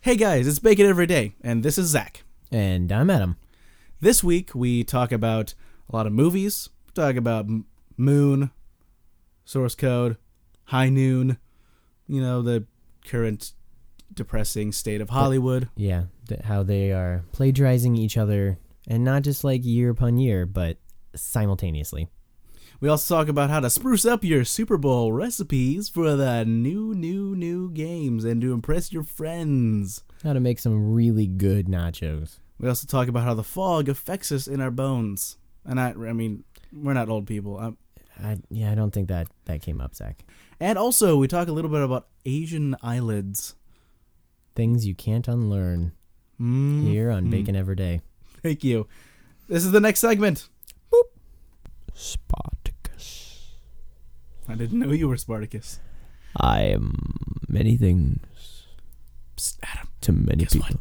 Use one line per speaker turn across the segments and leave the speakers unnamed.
Hey guys, it's Bacon Every Day, and this is Zach.
And I'm Adam.
This week we talk about a lot of movies, talk about M- Moon, Source Code, High Noon, you know, the current depressing state of Hollywood.
Yeah, th- how they are plagiarizing each other, and not just like year upon year, but simultaneously.
We also talk about how to spruce up your Super Bowl recipes for the new, new, new games and to impress your friends.
How to make some really good nachos.
We also talk about how the fog affects us in our bones. And I, I mean, we're not old people. i
I, yeah, I don't think that that came up, Zach.
and also, we talk a little bit about Asian eyelids.
Things you can't unlearn
Mm,
here on Bacon Every Day.
Thank you. This is the next segment.
Spartacus.
I didn't know you were Spartacus.
I am many things
Psst, Adam,
to many
Guess what? people.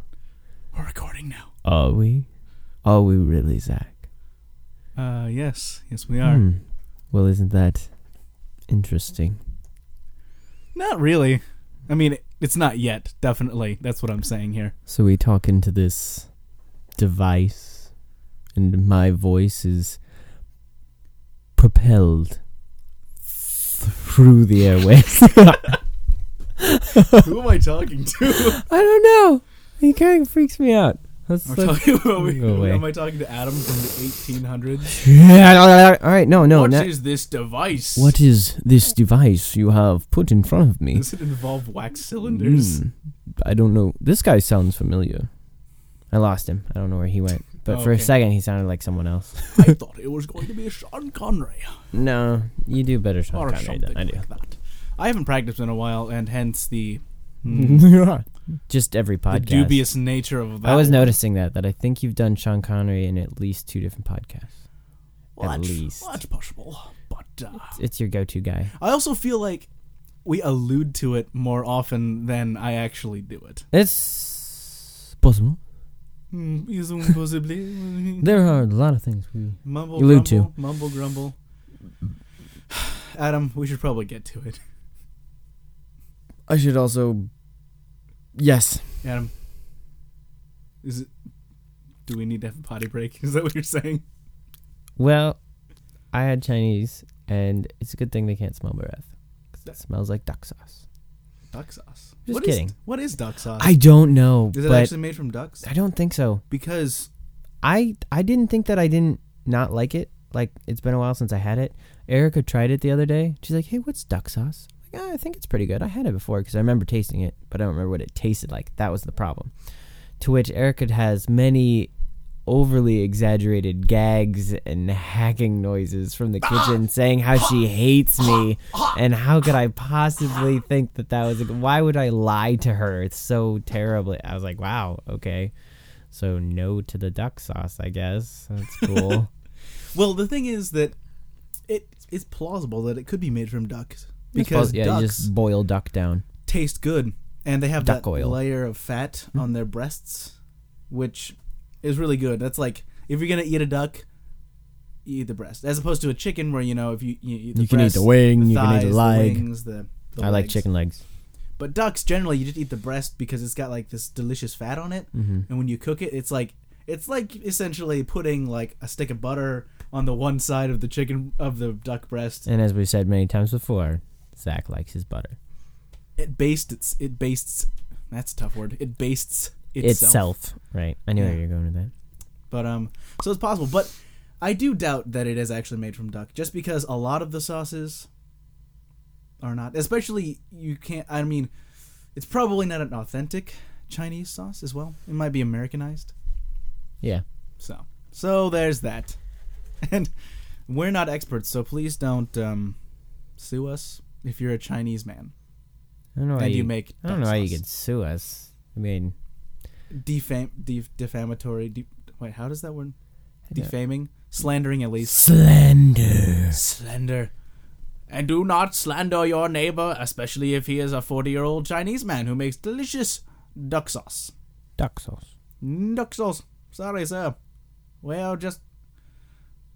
we're recording now.
Are we? Are we really, Zach?
Uh, yes, yes, we are.
Hmm. Well, isn't that interesting?
Not really. I mean, it's not yet. Definitely, that's what I'm saying here.
So we talk into this device, and my voice is propelled through the airways.
Who am I talking to?
I don't know. He kind of freaks me out. That's
I'm
like-
talking about
Go away.
am I talking to Adam from the 1800s?
All right, no, no.
What
na-
is this device?
what is this device you have put in front of me?
Does it involve wax cylinders?
Hmm. I don't know. This guy sounds familiar. I lost him. I don't know where he went. But for a
Oh, Okay.
second, he sounded like someone else.
I thought it was going to be a Sean Connery
No, you do better, Sean
or
Connery,
something
than I do.
like that. I haven't practiced in a while, and hence the, mm,
Just every
the
podcast.
dubious nature of that.
I was
one.
noticing that that I think you've done Sean Connery in at least two different podcasts.
Well,
at
that's,
least.
well, that's possible, but uh,
It's your go-to guy.
I also feel like we allude to it more often than I actually do it.
It's possible.
Hmm, is it possibly
There are a lot of things we.
mumble
Allude to.
grumble, mumble grumble. Adam, we should probably get to it.
I should also. Yes.
Adam, is it? Do we need to have a potty break? Is that what you're saying?
Well, I had Chinese, and it's a good thing they can't smell my breath. 'cause It smells like duck sauce.
Duck sauce.
Just
What is-
kidding.
what is duck sauce?
I don't know,
is it
but
actually made from ducks?
I don't think so.
Because
I I didn't think that I didn't not like it. Like it's been a while since I had it. Erica tried it the other day. She's like, "Hey, what's duck sauce?" I'm like, "Ah, I think it's pretty good. I had it before because I remember tasting it, but I don't remember what it tasted like. That was the problem. To which Erica has many overly exaggerated gags and hacking noises from the kitchen, saying how she hates me and how could I possibly think that that was a, why would I lie to her? It's so terribly. I was like, "Wow, okay." So no to the duck sauce, I guess. That's cool.
well, the thing is that it is plausible that it could be made from ducks
It's
because
pos- yeah,
ducks
you just boil duck down.
taste good and they have
Duck
that
oil. Hmm.
layer of fat on their breasts, which is really good. That's like if you're gonna eat a duck. You eat the breast, as opposed to a chicken, where you know if you you, eat the
You can eat the
breast,
wing,
the
you can eat
thighs,
the leg.
wings, the, the
I like
legs.
chicken legs.
But ducks generally you just eat the breast because it's got like this delicious fat on it, and when you cook it, it's like it's like essentially putting like a stick of butter on the one side of the chicken of the duck breast.
And as we've said many times before, Zach likes his butter
It bastes its it bastes that's a tough word. It bastes
itself.
itself.
Right. I knew
Yeah.
where you were going with that.
But um so it's possible, but I do doubt that it is actually made from duck just because a lot of the sauces are not. Especially you can't I mean it's probably not an authentic Chinese sauce as well. It might be Americanized.
Yeah.
So, so there's that. And we're not experts, so please don't um, sue us if you're a Chinese man
I don't know why
and
you,
you, make.
I don't know
duck
why you
sauce.
could sue us. I mean,
defam def- defamatory. De- wait, how does that word?
I don't-
Defaming, slandering at least.
slender.
Slander. And do not slander your neighbor, especially if he is a 40-year-old Chinese man who makes delicious duck sauce.
Duck sauce.
Duck sauce. Sorry, sir. Well, just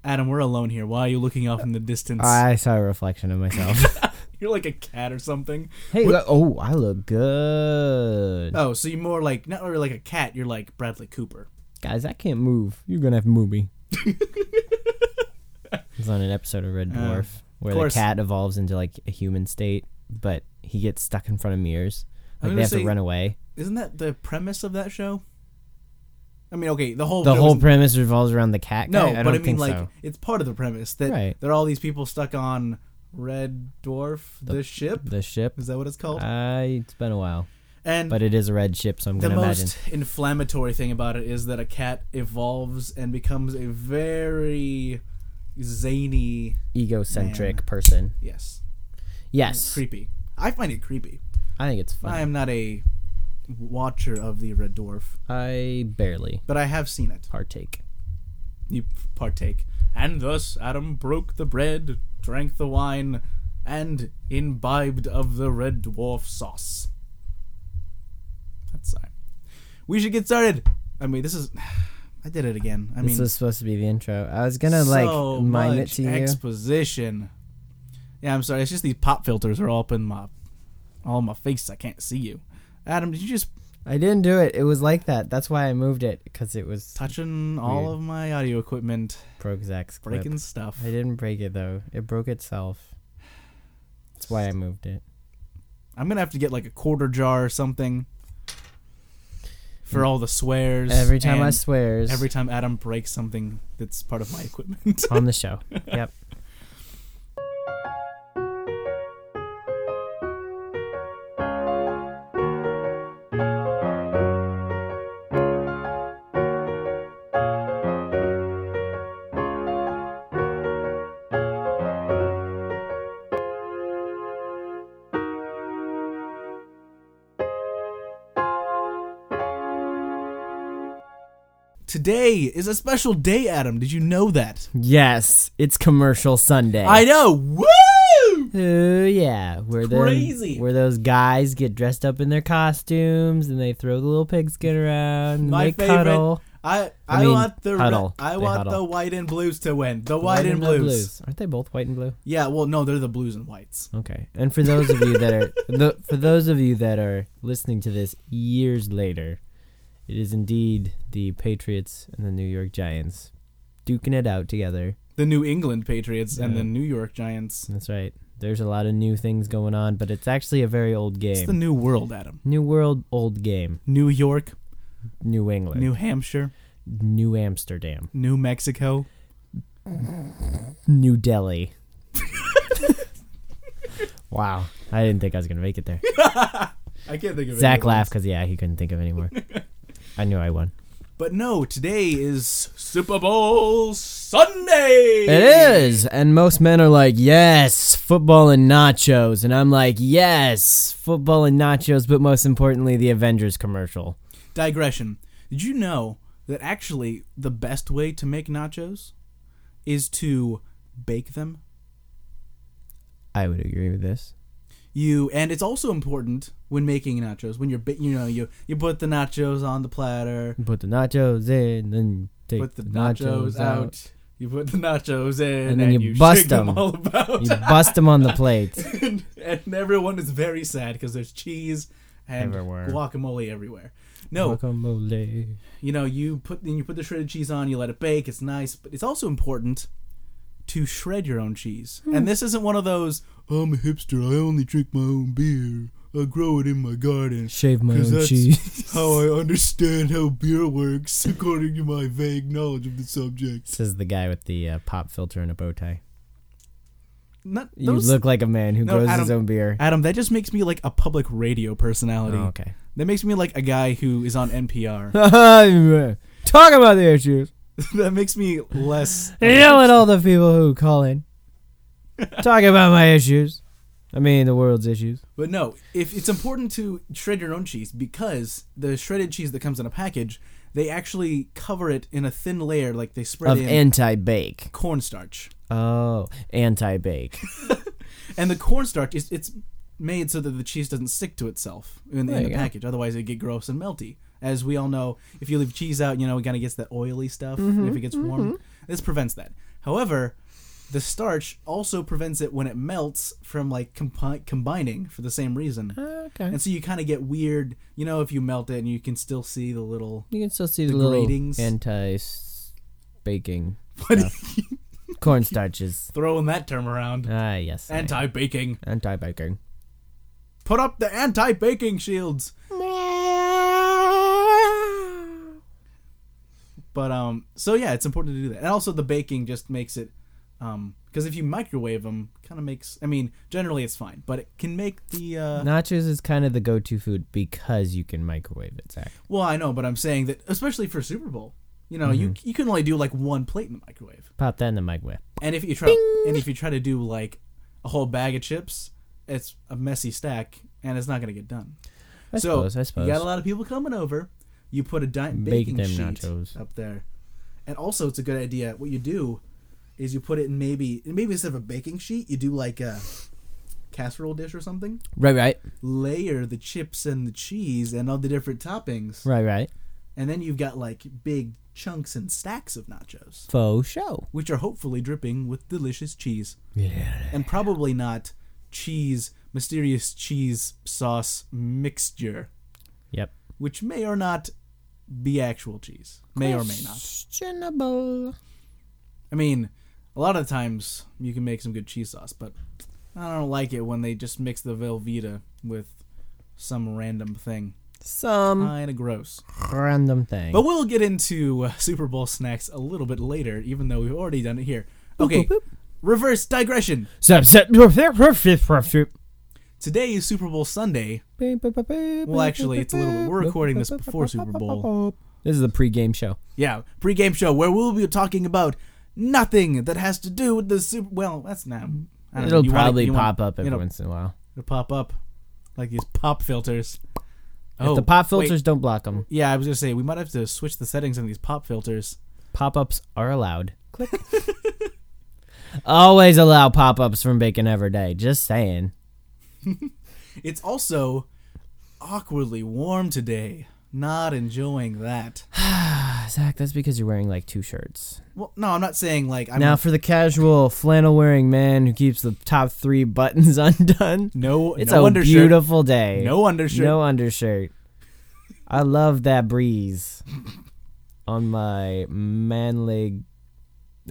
Adam, we're alone here. Why are you looking off in the distance?
I saw a reflection of myself.
You're like a cat or something.
Hey, look, oh, I look good.
Oh, so you're more like not really like a cat. You're like Bradley Cooper.
Guys, I can't move. You're gonna have to move me. It's on an episode of Red
Oh,
Dwarf where the
course.
cat evolves into like a human state, but he gets stuck in front of mirrors.
I'm
Like
gonna
they have
say
to run away.
Isn't that the premise of that show? I mean, okay, the whole
The
show
whole
isn't-
premise revolves around the cat.
no,
guy? I
but
don't
I mean
think
like
so.
it's part of the premise that
Right.
there are all these people stuck on Red Dwarf, the, ship.
the ship.
Is that what it's called?
Uh, it's been a while,
and
but it is a red ship, so I'm
the
gonna
most
imagine.
inflammatory thing about it is that a cat evolves and becomes a very zany
egocentric
Man.
person.
yes
Yes,
creepy i find it creepy
I think it's
i
funny.
am not a watcher of the red dwarf
I barely
but i have seen it
partake.
you partake and thus adam broke the bread drank the wine and imbibed of the red dwarf sauce that's fine we should get started i mean this is i did it again i
this
mean
was supposed to be the intro. I was gonna like mime it to you.
exposition. Yeah, I'm sorry. It's just these pop filters are all up in my, all in my face. I can't see you. Adam, did you just
I didn't do it. It was like that. That's why I moved it because it was
touching all
Weird.
of my audio equipment,
broke Zach's clip.
breaking stuff?
I didn't break it though. It broke itself. That's why I moved it.
I'm gonna have to get like a quarter jar or something for all the swears.
Mm. Every time I
and
swears
every time Adam breaks something that's part of my equipment.
on the show. Yep.
Today is a special day, Adam. Did you know that?
Yes, it's commercial Sunday.
I know. Woo!
Oh yeah, where the
Crazy.
where those guys get dressed up in their costumes and they throw the little pigskin around and
My
they
favorite.
cuddle.
I
I
I,
mean,
want the re-
huddle.
I
They
want
huddle.
the white and blues to win. The white, and
the
blues.
aren't they both white and blue?
Yeah, well, no, they're the blues and whites.
Okay. And for those of you that are the, for those of you that are listening to this years later, it is indeed the Patriots and the New York Giants duking it out together.
The New England Patriots and
Yeah.
the New York Giants.
That's right. There's a lot of new things going on, but it's actually a very old
It's
game.
the New World, Adam.
new world, old game.
New York,
New England,
New Hampshire,
New Amsterdam,
New Mexico.
New Delhi. wow, I didn't think I was gonna make it there.
I can't think of
Zach
any
laughed because yeah, he couldn't think of any more. I knew I won.
But no, today is Super Bowl Sunday.
It is. And most men are like, yes, football and nachos. And I'm like, yes, football and nachos, but most importantly, the Avengers commercial.
Digression. Did you know that actually the best way to make nachos is to bake them?
I would agree with this.
you and it's also important when making nachos when you're ba- you know you you put the nachos on the platter
Put the nachos in, then you take
put the nachos, out. you put the nachos in and
then you
you,
bust
shake them.
them.
all about
You bust them on the plate.
and, and everyone is very sad because there's cheese and
Everywhere.
guacamole everywhere no
Guacamole.
you know you put then you put the shredded cheese on you let it bake it's nice but it's also important to shred your own cheese
Hmm.
and this isn't one of those i'm a hipster i only drink my own beer i grow it in my garden
Shave my
'Cause
own
that's
cheese.
how I understand how beer works, according to my vague knowledge of the subject.
Says the guy with the uh, pop filter and a bow tie.
Not
You
those,
look like a man who
No,
grows his
Adam-
own beer.
Adam. That just makes me like a public radio personality.
Oh, okay.
That makes me like a guy who is on NPR.
Oh, Talk about the issues.
that makes me less.
Yell at all the people who call in. Talk about my issues. I mean, the world's issues.
But no, if it's important to shred your own cheese because the shredded cheese that comes in a package, they actually cover it in a thin layer, like they spread
Of
in
anti bake.
cornstarch.
Oh, anti bake.
And the cornstarch is it's made so that the cheese doesn't stick to itself in,
There
in
you
the
go.
package. Otherwise, it'd get gross and melty. As we all know, if you leave
Mm-hmm,
cheese out, you know it kind of gets that oily stuff. if it gets warm, this prevents that. However, the starch also prevents it when it melts from like compi- combining for the same reason.
Okay.
And so you kind of get weird, you know, if you melt it and you can still see the little.
you can still see the,
the
little
gratings.
anti baking
What are you
cornstarches.
throwing that term around?
Ah, yes.
Anti baking.
anti baking.
Put up the anti baking shields. But um, so yeah, it's important to do that. And also the baking just makes it, um, because if you microwave them, kind of makes. I mean, generally it's fine, but it can make the. Uh,
Nachos is kind of the go-to food because you can microwave it, Zach.
Well, I know, but I'm saying that especially for Super Bowl, you know, you you can only do like one plate in the microwave,
Pop that in the microwave.
and if you try and if you try to do like a whole bag of chips, it's a messy stack, and it's not gonna get done.
I
so
suppose. I suppose.
you got a lot of people coming over. You put a giant
Bake
baking
them
sheet
nachos.
up there, and also it's a good idea. What you do is you put it in maybe maybe instead of a baking sheet, you do like a casserole dish or something.
Right, right,
Layer the chips and the cheese and all the different toppings.
right, right.
And then you've got like big chunks and stacks of nachos,
Faux show.
which are hopefully dripping with delicious cheese.
Yeah.
And probably not cheese, mysterious cheese sauce mixture,
Yep.
which may or not be actual cheese. May or may not.
Questionable.
I mean, a lot of times you can make some good cheese sauce, but I don't like it when they just mix the Velveeta with some random thing.
Some
Kinda gross.
random thing.
Uh, But we'll get into uh, Super Bowl snacks a little bit later, even though we've already done it here. Okay,
boop, boop.
reverse digression.
Zap, zap, zap, zap, zap, zap, zap.
Today is Super Bowl Sunday.
Well,
actually, it's a little bit- we're recording this before Super Bowl.
This is the pre-game show.
Yeah, pregame show where we'll be talking about nothing that has to do with the Super. Well, that's not. I don't know,
It'll
you wanna-
probably
you wanna-
pop up every
it'll-
once in a while.
It'll pop up like these pop filters.
if the pop
oh, wait.
filters don't block them,
Yeah, I was gonna say we might have to switch the settings on these pop filters.
pop-ups are allowed. Click. Always allow pop-ups from Bacon Every Day. Just saying.
It's also awkwardly warm today. Not enjoying that.
Ah, Zach, that's because you're wearing like two shirts.
Well, no, I'm not saying like I'm
Now, for the casual flannel-wearing man who keeps the top three buttons undone,
No,
it's
no
a
undershirt.
beautiful day.
No undershirt.
No undershirt. I love that breeze on my manly.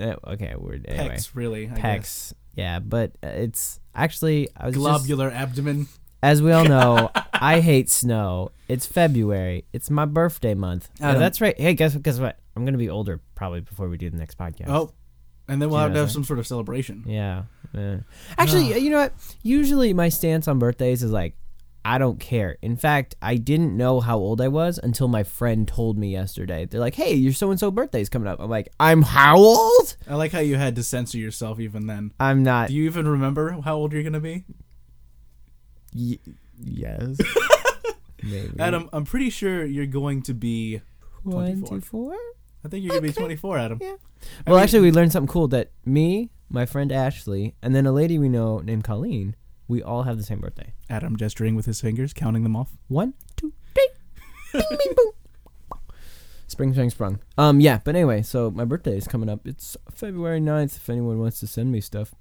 eh, Okay, we're anyway.
pecs, really. I guess.
Pecs. Yeah, but uh, it's actually I was just-
Globular abdomen.
as we all know, I hate snow. It's February. It's my birthday month. Yeah,
Adam.
that's right. Hey, guess guess what? I'm gonna be older probably before we do the next podcast.
Oh, and then we'll
Yeah,
have to have
right.
some sort of celebration.
Yeah. yeah. Actually, you know what? Usually my stance on birthdays is like, I don't care. In fact, I didn't know how old I was until my friend told me yesterday. They're like, hey, your so and so birthday's coming up. I'm like, I'm how old?
I like how you had to censor yourself even then.
I'm not.
Do you even remember how old you're gonna be,
Y- yes. Maybe.
Adam? I'm pretty sure you're going to be. 24.
24?
I think you're gonna be 24, Adam.
Yeah.
I
Well,
mean-
actually, we learned something cool that me, my friend Ashley, and then a lady we know named Colleen, we all have the same birthday.
Adam gesturing with his fingers, counting them off.
One, two, three. Bing, bing, boom. Spring, spring, sprung. Um, yeah, but anyway, so my birthday is coming up. It's February 9th if anyone wants to send me stuff.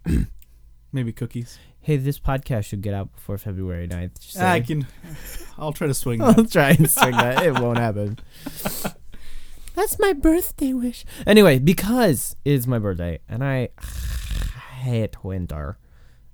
Maybe cookies.
Hey, this podcast should get out before February 9th. just
I
saying.
can. I'll try to swing that.
Ah, I'll try and swing that. It won't happen. That's my birthday wish. Anyway, because it's my birthday and I hate winter,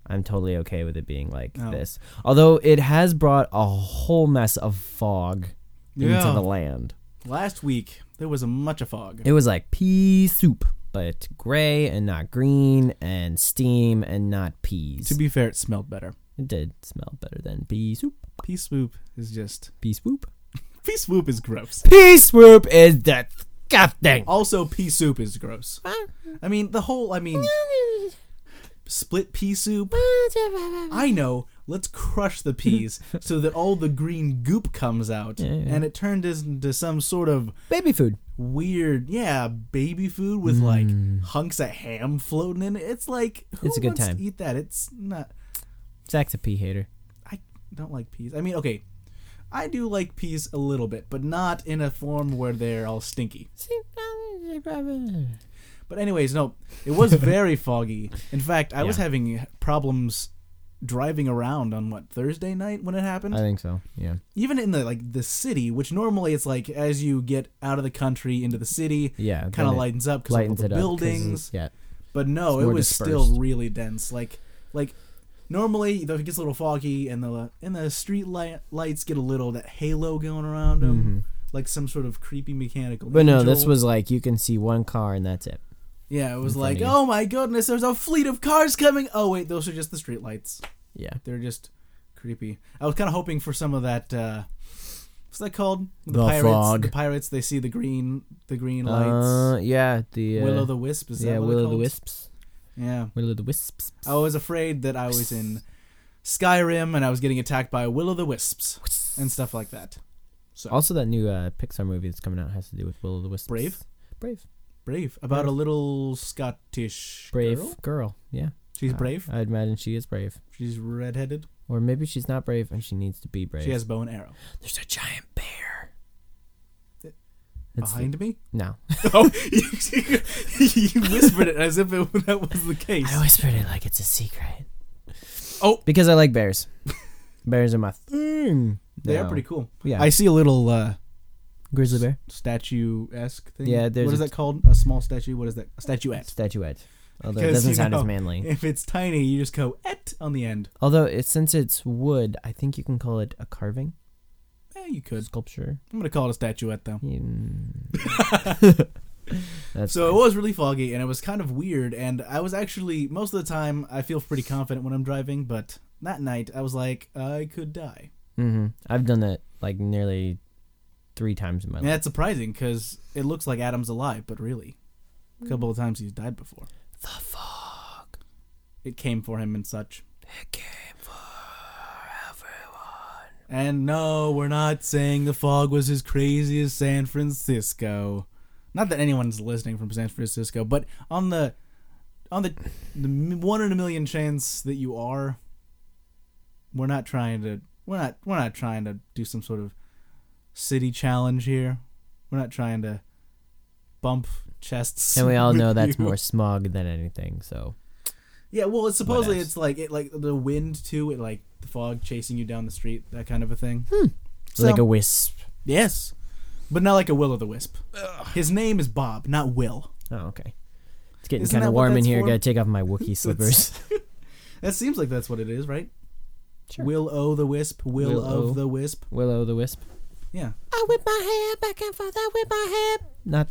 I'm totally okay with it being like
Oh.
this. Although it has brought a whole mess of fog into
Yeah.
the land.
Last week there was a much a fog.
It was like pea soup, but gray and not green, and steam and not peas.
To be fair, it smelled better.
it did smell better than pea soup.
Pea swoop is just.
Pea swoop.
Pea swoop is gross.
Pea swoop is disgusting.
Also, pea soup is gross. I mean, the whole. I mean, split pea soup. I know. Let's crush the peas so that all the green goop comes out,
Yeah, yeah.
and it turned into some sort of
Baby food.
weird, yeah, baby food with like hunks of ham floating in it. It's like who
Hmm. It's a good
wants
time.
to eat that? It's not.
Zach's a pea hater.
I don't like peas. I mean, okay, I do like peas a little bit, but not in a form where they're all stinky. But anyways, no, it was very foggy. In fact, I was
Yeah.
having problems driving around on what Thursday night when it happened.
I think so. Yeah.
Even in the like the city, which normally it's like as you get out of the country into the city,
Yeah.
kind
then
of
it
lightens up because of all
Oh lightens
the
it up 'cause
buildings.
it's- Yeah.
But no,
It's
it
more
was still
dispersed.
really dense. Like, like normally though it gets a little foggy, and the and the street light, lights get a little that halo going around them,
Mhm.
like some sort of creepy mechanical.
But no, this
angel.
was like you can see one car and that's it.
yeah, it was
in front
like,
of you.
oh my goodness, there's a fleet of cars coming. Oh wait, those are just the street lights.
Yeah.
They're just creepy. I was kind of hoping for some of that. uh What's that called?
The
pirates.
fog.
The pirates. They see the green, the green
Uh,
lights.
yeah. The uh,
Will o' the wisp. Is
yeah
that what Oh,
will o' the
wisp.
wisps.
Yeah.
Will o' the wisps.
I was afraid that I was in Skyrim and I was getting attacked by will o' the wisps and stuff like that.
Also, that new uh, Pixar movie that's coming out has to do with Will o' the Wisps.
Brave?
Brave.
Brave about a little Scottish
Brave
girl.
girl. Yeah.
She's
Uh,
brave.
I'd imagine she is brave.
She's redheaded.
Or maybe she's not brave and she needs to be brave.
She has bow and arrow
There's a giant bear.
It-
That's the-
behind me.
no.
Oh, you, you whispered it as if it, that was the case.
I whispered it like it's a secret.
Oh.
Because I like bears. bears are my thing.
They are
No.
pretty cool.
Yeah.
I see a little uh,
Grizzly bear.
statue esque thing.
Yeah, there's
what is
a-
that called? A small statue. What is that? A statuette.
Statuette. Although it
Because,
doesn't
you
sound
know,
as manly.
If it's tiny, you just go et on the end.
Although it, since it's wood, I think you can call it a carving,
Eh, you could.
sculpture.
I'm gonna call it a statuette though.
Mm. That's
So it
so
was really foggy and it was kind of weird. And I was actually, most of the time, I feel pretty confident when I'm driving, but that night I was like, I could die.
hmm I've done that like nearly three times in my
And
life.
that's surprising because it looks like Adam's alive, but really, a couple of times he's died before.
The fog
It came for him and such.
came for everyone.
And no, we're not saying the fog was as crazy as San Francisco. Not that anyone's listening from San Francisco, but on the on the, the m- one in a million chance that you are, we're not trying to we're not we're not trying to do some sort of city challenge here. We're not trying to bump chests.
And we all
with
know that's
you.
more smog than anything. So
Yeah, well, it's supposedly
else?
it's like it like the wind too. It like the fog chasing you down the street, that kind of a thing.
it's
So-
Hmm. like a wisp.
Yes, but not like a will o' the wisp. His name is Bob, not Will.
Oh, okay. It's getting
Isn't
kind
that
of
what
warm in
that's
here.
for?
Gotta take off my Wookiee slippers.
That seems like that's what it is, right?
Sure.
Will o' the wisp, will,
Will
of
o.
the wisp.
Willow the wisp.
Yeah,
I whip my hair back and forth. I whip my hair. Not,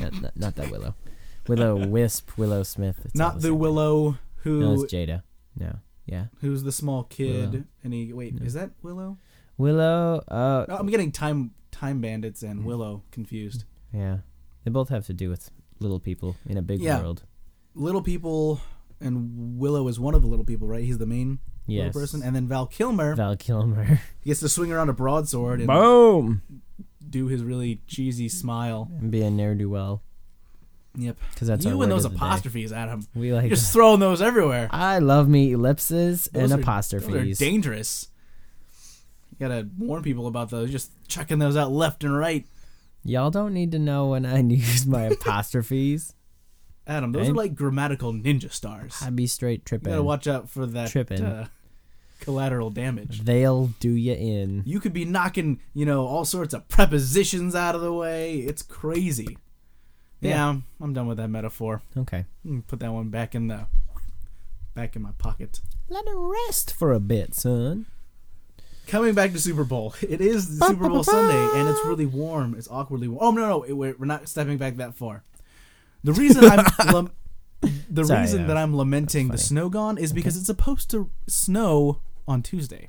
not, not, not that Willow. Willow Wisp, Willow Smith. It's all
not the
same.
Willow
No,
who
it's Jada. No, yeah.
who's the small kid.
Willow.
And he wait,
No.
is that Willow?
Willow. Uh,
No, I'm getting time time bandits and
Mm.
Willow confused.
yeah. They both have to do with little people in a big
Yeah.
world.
Little people and Willow is one of the little people, right? He's the main
Yes.
little person, and then Val Kilmer
Val Kilmer.
gets to swing around a broadsword and
Boom.
do his really cheesy smile.
And be a ne'er do well.
Yep,
Because that's our
you
word
and those
of the day.
apostrophes, Adam.
We like.
You're just throwing those everywhere.
I love me ellipses
Those are-
and apostrophes.
Those are dangerous. You gotta warn people about those. Just chucking those out left and right.
Y'all don't need to know when I use my apostrophes.
Adam, those
Right?
are like grammatical ninja stars.
I be straight
You gotta
tripping.
watch out for that
Trippin'.
Uh, collateral damage.
They'll do you in.
You could be knocking, you know, all sorts of prepositions out of the way. It's crazy. Yeah,
Yeah.
I'm done with that metaphor.
Okay.
Mm, Put that one back in the back in my pocket.
Let her rest for a bit, son.
Coming back to Super Bowl, it is the Super Bowl Sunday, and it's really warm. It's awkwardly warm. Oh no, no, it, we're we're not stepping back that far. The reason I'm lem- the
Sorry,
reason
that
that
was-
I'm lamenting the
funny.
snow gone is because it's supposed to snow on Tuesday.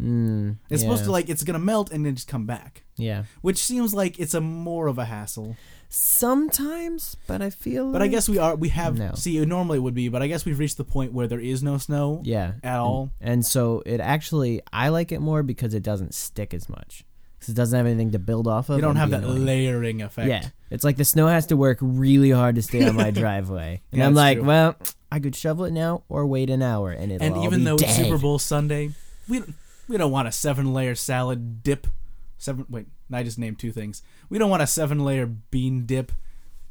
Mm,
It's
yeah.
supposed to like it's gonna melt and then just come back,
Yeah.
which seems like it's a more of a hassle.
Sometimes, but I feel.
But I guess we are we have
No.
see it normally would be, but I guess we've reached the point where there is no snow
Yeah. Mm.
at all.
And so it actually, I like it more because it doesn't stick as much. Because it doesn't have anything to build off of.
You don't
and
have
be
that
annoying.
layering effect.
Yeah. It's like the snow has to work really hard to stay on my driveway. And
Yeah,
I'm
that's
like,
true.
well, I could shovel it now or wait an hour and it'll
And
all
even
be
though it's
dead.
Super Bowl Sunday, we don't, we don't want a seven layer salad dip. Seven wait, I just named two things. We don't want a seven layer bean dip.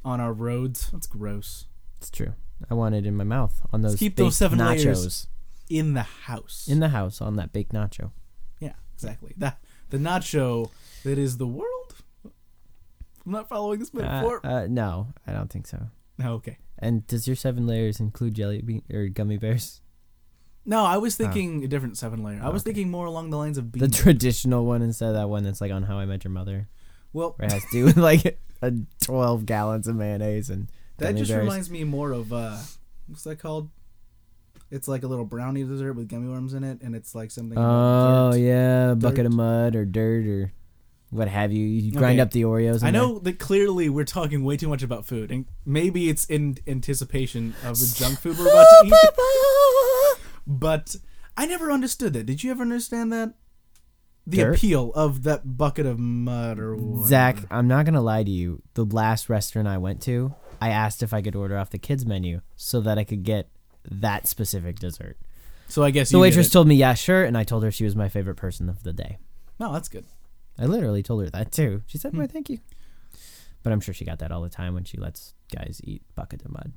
on our roads. That's gross.
It's true. I want it in my mouth on those
keep
baked
those seven
nachos
layers. In the house.
in the house on that baked nacho.
yeah, exactly. That the nacho that is the world. I'm not following this
Uh,
metaphor.
uh, no, I don't think so.
no, okay.
And does your seven layers include jelly bean or gummy bears?
No, I was thinking a different seven layer. I was thinking more along the lines of bean.
Uh. The traditional one instead of that one that's like on How I Met Your Mother,
well,
where it has to do with like a twelve gallons of mayonnaise and
that
gummy
just
bears.
reminds me more of uh, what's that called? It's like a little brownie dessert with gummy worms in it, and it's like something.
Oh yeah, bucket of
Dirt.
mud or dirt or what have you. You grind
Okay.
up the Oreos. in
I
there.
know that clearly we're talking way too much about food, and maybe it's in anticipation of the junk food we're about to eat. But I never understood that. Did you ever understand that? The
Dirt?
appeal of that bucket of mud or whatever.
Zach, I'm not gonna lie to you. The last restaurant I went to, I asked if I could order off the kids menu so that I could get that specific dessert.
So I guess
The
you did
waitress
it.
told me, "Yeah, sure," and I told her she was my favorite person of the day.
No, that's good.
I literally told her that too. She
Hmm.
said, "Why, thank you." But I'm sure she got that all the time when she lets guys eat bucket of mud.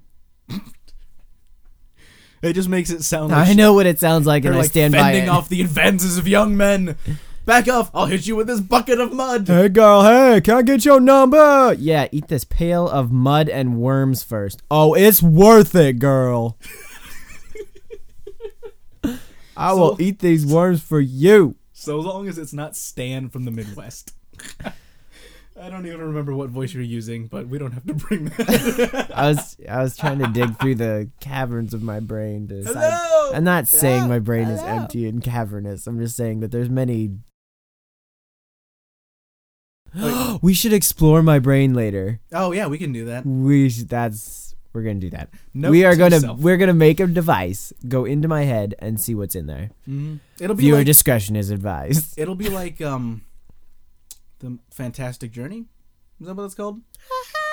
It just makes it sound like
I know what it sounds like,
They're
and
like
I stand by
fending
it.
off the advances of young men. Back off! I'll hit you with this bucket of mud.
Hey girl, hey, can I get your number? Yeah, eat this pail of mud and worms first. Oh, it's worth it, girl. I will
So-
eat these worms for you.
So long as it's not Stan from the Midwest. I don't even remember what voice you're using, but we don't have to bring that.
I was I was trying to dig through the caverns of my brain to decide.
Hello.
I'm not saying my brain is
Hello.
empty and cavernous. I'm just saying that there's many
Like-
We should explore my brain later.
oh yeah, we can do that.
We should, that's we're going to do that.
Note
we are
to
going to
yourself.
we're going to make a device go into my head and see what's in there.
Mhm. It'll be
Viewer
like
discretion is advised.
it'll be like um, the Fantastic Journey. Is that what it's called?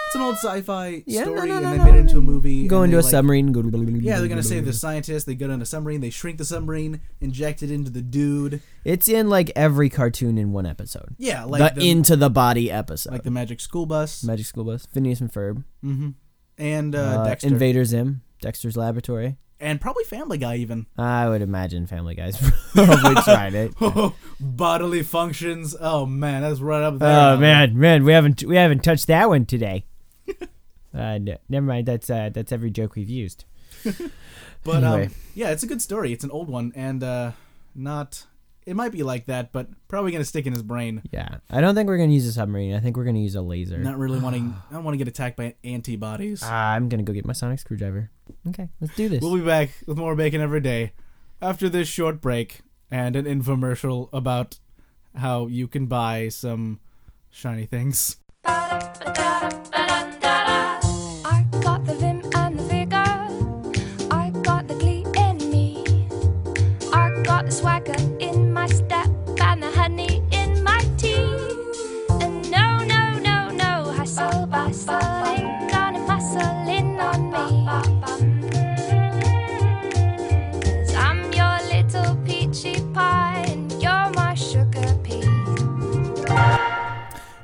It's an old sci-fi
Yeah, no,
story,
no, no,
and they
no,
made it
no,
into a
no.
movie.
Go
and
into
they,
a
like,
submarine.
Yeah, they're gonna save the scientist. They go down a submarine. They shrink the submarine, inject it into the dude.
It's in like every cartoon in one episode.
Yeah, like
the,
the,
into the body episode.
like the Magic School Bus.
Magic School Bus, Phineas and Ferb,
mm-hmm. And uh,
uh,
Dexter,
Invader Zim, Dexter's Laboratory.
and probably Family Guy even.
I would imagine Family Guys probably tried it.
Bodily functions. Oh man, that's right up there.
Oh man, man, we haven't we haven't touched that one today. uh, no, never mind. That's uh, that's every joke we've used.
But um,
Anyway.
yeah, it's a good story. It's an old one, and uh, not. It might be like that, but probably gonna stick in his brain.
Yeah, I don't think we're gonna use a submarine. I think we're gonna use a laser.
Not really wanting. I don't want to get attacked by antibodies.
Ah, I'm gonna go get my sonic screwdriver. Okay, let's do this.
We'll be back with more bacon every day after this short break and an infomercial about how you can buy some shiny things.
I got the vim and the vigor. I got the glee in me. I got the swagger in my step and the honey in my tea. And no, no, no, no, hustle, bustle ain't gonna muscle in on me. Cause I'm your little peachy pie and you're my sugar pea.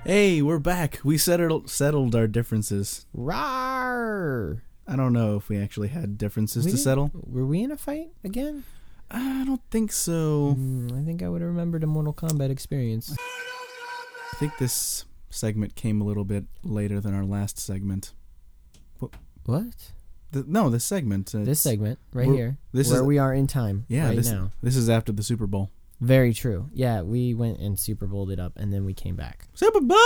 Hey, we're back. We settled settled our differences.
Rawr.
I don't know if we actually had differences
We
to
didn't-
settle.
Were we in a fight again?
I don't think so.
Hmm, I think I would have remembered a Mortal Kombat experience.
I think this segment came a little bit later than our last segment.
What?
Th no, this segment. uh,
This
it's-
segment right
We're-
here.
this
where
is-
we are in time.
Yeah,
right
this,
now.
this is after the Super Bowl.
Very true. Yeah, we went and Super Bowled it up, and then we came back.
Super Bowl.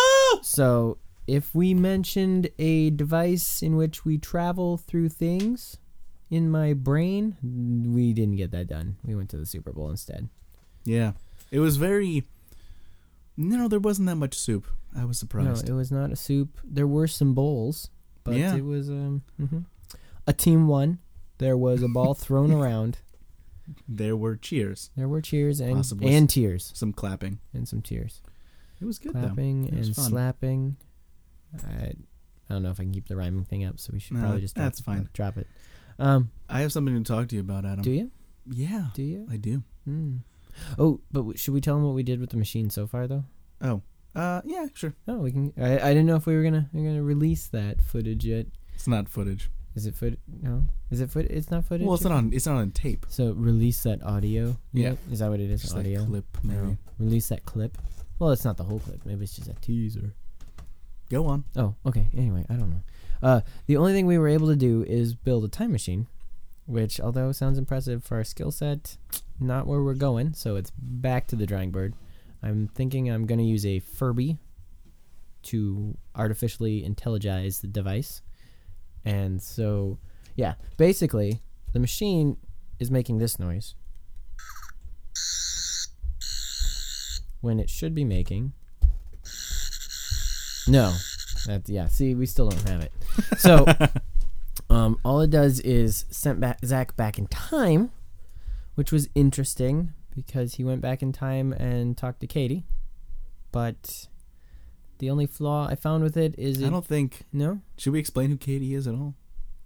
So if we mentioned a device in which we travel through things in my brain, we didn't get that done. We went to the Super Bowl instead.
Yeah, it was very. No, there wasn't that much soup. I was surprised.
No, it was not a soup. There were some bowls, but
Yeah.
it was um, mhm. a team won. There was a ball thrown around.
there were cheers,
There were cheers and
Possible.
and tears
some clapping.
and some tears,
It was good though.
clapping
It was
and
fun.
slapping. I, I don't know if I can keep the rhyming thing up, so we should
No,
probably just drop,
that's fine.
Drop it. Um,
I have something to talk to you about, Adam.
do you?
Yeah,
Do you?
I do.
Hmm. Oh, but w- should we tell them what we did with the machine so far, though?
Oh, Uh, yeah, sure.
Oh, we can. I, I didn't know if we were gonna we are gonna release that footage yet.
It's not footage.
Is it foot? No, is it foot? It's not footage.
Well, it's
yet?
not on. It's not on tape.
So release that audio.
Yeah.
yet? is that what it is?
Just like
audio.
clip, maybe.
No. Release that clip. Well, it's not the whole clip. Maybe it's just a teaser.
Go on.
Oh, okay. Anyway, I don't know. Uh, the only thing we were able to do is build a time machine, which, although sounds impressive for our skill set, not where we're going. So it's back to the drawing board. I'm thinking I'm going to use a Furby to artificially intelligize the device. And so, yeah, basically, the machine is making this noise when it should be making. No, that yeah. See, we still don't have it. So, um, all it does is sent back Zach back in time, which was interesting because he went back in time and talked to Katie. But the only flaw I found with it is it,
I don't think.
no.
Should we explain who Katie is at all?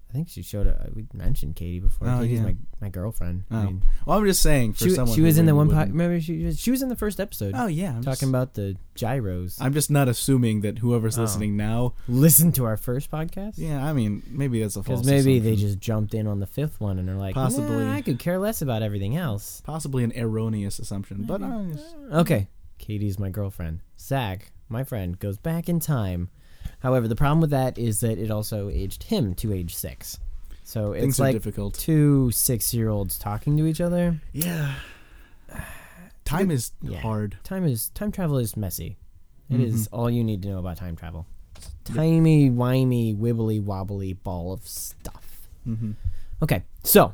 I think she showed up. We mentioned Katie before.
Oh,
Katie's
yeah.
my my girlfriend. I
Oh.
mean,
Well, I'm just saying for
she,
someone.
she
who
was in the
really
one. Po-
wouldn't-
remember, she was she was in the first episode
oh yeah. I'm
talking
just,
about the gyros.
I'm just not assuming that whoever's
Oh.
listening now.
Listen to our first podcast.
Yeah, I mean, maybe that's a false.
Because maybe they
assumption.
just jumped in on the fifth one and are like,
Possibly.
"Nah, I could care less about everything else.
possibly an erroneous assumption, but I
Uh,
just-
Okay. Katie's my girlfriend. Zach, my friend, goes back in time. However, the problem with that is that it also aged him to age six. So it's
things are
like
difficult.
two six year olds talking to each other.
Yeah. Time is
Yeah.
hard.
Time is time travel is messy. It is all you need to know about time travel. It's a tiny, whiny, wibbly wobbly ball of stuff.
Mm-hmm.
Okay, so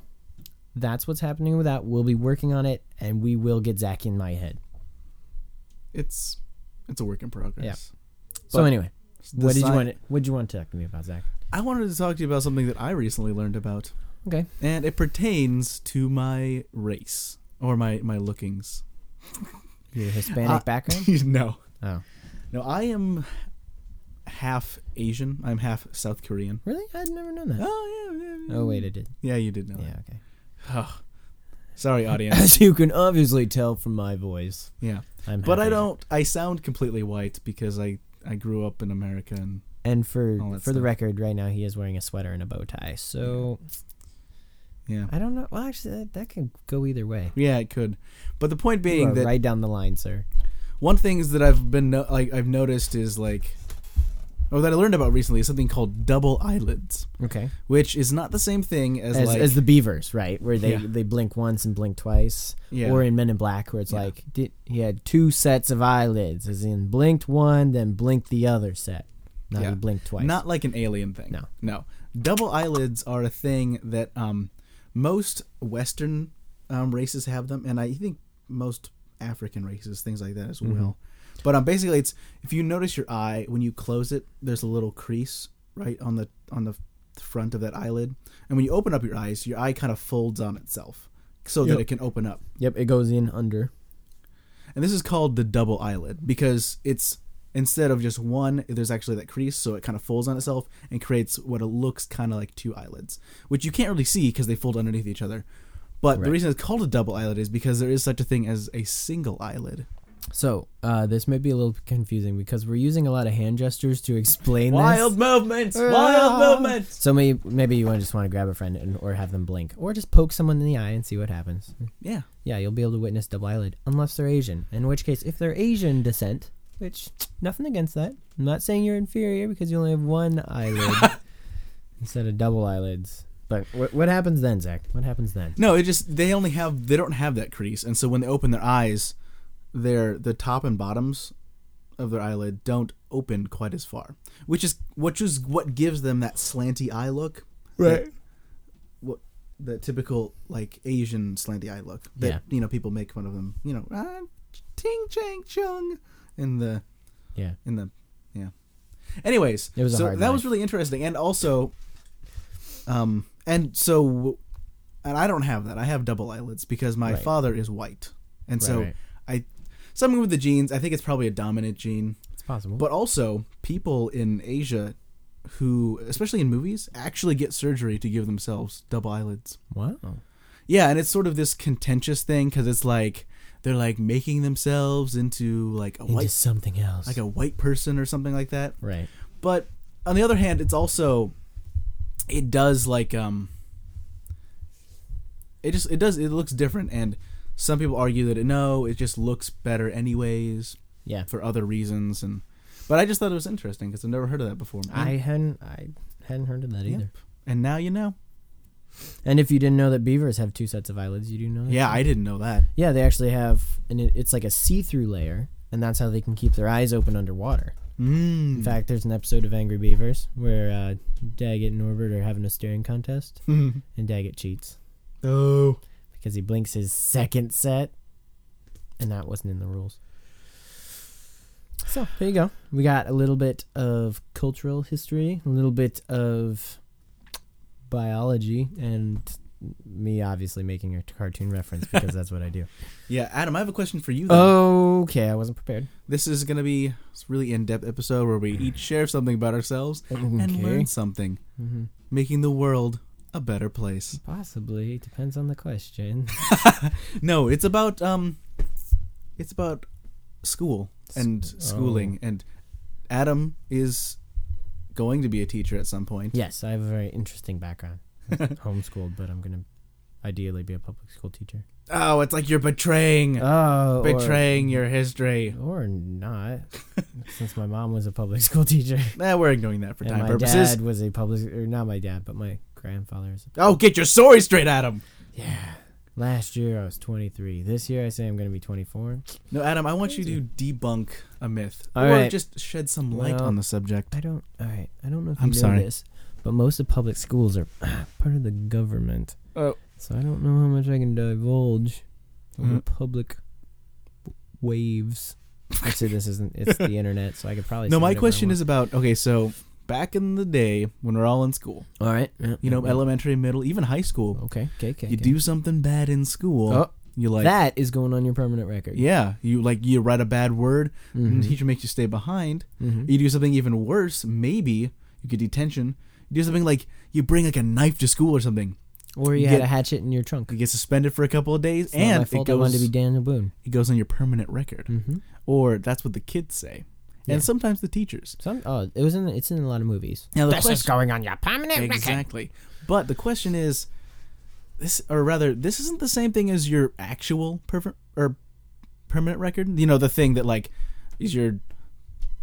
that's what's happening with that. We'll be working on it, and we will get Zach in my head.
It's it's a work in progress.
so
But
anyway,
The
what did
sci-
you want? To, what did you want to talk to me about, Zach?
I wanted to talk to you about something that I recently learned about,
Okay.
and it pertains to my race or my my lookings.
Your Hispanic
Uh,
background?
no,
Oh.
no, I am half Asian. I'm half South Korean.
Really? I'd never known that.
Oh yeah. yeah, yeah.
Oh, wait, I did.
Yeah, you did know.
Yeah, okay.
that. Ugh. Sorry, audience.
As you can obviously tell from my voice,
yeah,
I'm
but
half
I
Asian.
don't. I sound completely white because I I grew up in America and
And for
All
for
that
the
stuff.
record, right now he is wearing a sweater and a bow tie. So
yeah.
I don't know. Well, actually, that, that could go either way.
Yeah, it could. But the point
You
being
are
that
right down the line, sir.
one thing is that I've been no- like I've noticed is like or that I learned about recently is something called double eyelids,
Okay.
which is not the same thing as,
As,
like
as the beavers, right? Where they,
Yeah.
they blink once and blink twice.
Yeah.
Or in Men in Black, where it's
Yeah.
like did, he had two sets of eyelids, as in blinked one, then blinked the other set. Now
Yeah.
he blinked twice.
not like an alien thing.
No.
No. Double eyelids are a thing that um most western um, races have them and I think most African races things like that as
Mm-hmm.
well. But um basically it's if you notice your eye when you close it there's a little crease right on the on the front of that eyelid and when you open up your eyes your eye kind of folds on itself so
Yep.
that it can open up.
Yep, it goes in under.
And this is called the double eyelid because it's instead of just one, there's actually that crease, so it kind of folds on itself and creates what it looks kind of like two eyelids, which you can't really see because they fold underneath each other. But
Right.
the reason it's called a double eyelid is because there is such a thing as a single eyelid.
So uh, this may be a little confusing because we're using a lot of hand gestures to explain this.
movements,
wild movements. So maybe maybe you want to just want to grab a friend and, or have them blink or just poke someone in the eye and see what happens.
Yeah,
Yeah, you'll be able to witness double eyelid unless they're Asian. In which case, if they're Asian descent, which nothing against that. I'm not saying you're inferior because you only have one eyelid instead of double eyelids. But what what happens then, Zach? What happens then?
no, it just they only have they don't have that crease, and so when they open their eyes, their the top and bottoms of their eyelid don't open quite as far, which is which is what gives them that slanty eye look. Right. what the typical like Asian slanty eye look that
Yeah.
you know people make fun of them. You know, ah, ting chang chung, in the
Yeah.
in the yeah. Anyways,
It was a
so
hard
that
life.
was really interesting, and also, um, and so, and I don't have that. I have double eyelids because my
Right.
father is white, and
Right,
so
right.
I something with the genes. I think it's probably a dominant gene.
It's possible.
But also, people in Asia who, especially in movies, actually get surgery to give themselves double eyelids.
wow.
Yeah, and it's sort of this contentious thing because it's like they're like making themselves into like a
into
white
something else.
like a white person or something like that.
right.
But on the other hand, it's also it does like um it just it does it looks different and some people argue that no, it just looks better anyways
Yeah.
for other reasons and but I just thought it was interesting because I've never heard of that before. man.
I hadn't I hadn't heard of that
Yep.
either.
and now you know.
And if you didn't know that beavers have two sets of eyelids, you do know that.
Yeah, I didn't know that.
Yeah, they actually have, and it, it's like a see-through layer, and that's how they can keep their eyes open underwater.
Mm.
In fact, there's an episode of Angry Beavers where uh, Daggett and Norbert are having a staring contest,
Hmm.
and Daggett cheats
oh,
because he blinks his second set, and that wasn't in the rules. So there you go. We got a little bit of cultural history, a little bit of biology, and me obviously making a cartoon reference because that's what I do.
yeah, Adam, I have a question for you.
Uh.
though.
Okay, I wasn't prepared.
This is gonna be a really in-depth episode where we each share something about ourselves
Mm-hmm.
and learn something,
Mhm.
making the world a better place.
Possibly depends on the question.
No, it's about um, it's about school and
School.
schooling, and Adam is going to be a teacher at some point.
yes, I have a very interesting background. Homeschooled, but I'm gonna ideally be a public school teacher.
Oh, it's like you're betraying,
Oh,
betraying your history.
or not, since my mom was a public school teacher
Nah, we're ignoring that for
and
time
my
purposes.
dad was a public, or not my dad, but my grandfather is.
Oh, get your story straight, Adam.
Yeah. Last year I was 23. This year I say I'm gonna be 24.
No, Adam, I want you to debunk a myth
All
or
right.
just shed some light
Well,
on the subject.
I don't. All right. I don't know if you
I'm
know
sorry.
this, but most of public schools are part of the government.
Oh.
So I don't know how much I can divulge over
Mm.
public w- waves. Actually, this isn't. It's the internet, so I could probably.
No,
say
my
whatever I
question
want.
is about okay, so back in the day when we're all in school,
All right.
you know,
Mm-hmm.
elementary, middle, even high school,
Okay. Okay. Okay.
you do something bad in school,
Oh.
you like
that is going on your permanent record.
yeah, you like you write a bad word, and the
Mhm.
teacher makes you stay behind.
Mhm.
You do something even worse, maybe you get detention. You do something like you bring like a knife to school or something.
Or you
you
had
get-
a hatchet in your trunk.
You get suspended for a couple of days,
It's not
and
my fault
it
I wanted
goes
to be Daniel Boone.
it goes on your permanent record.
Mm-hmm.
or that's what the kids say,
Yeah.
and sometimes the teachers.
Some. Oh, it was in. It's in a lot of movies.
Now the
this is
question,
going on your permanent record.
exactly, but the question is, this or rather, this isn't the same thing as your actual perver- or permanent record. You know, the thing that like is your,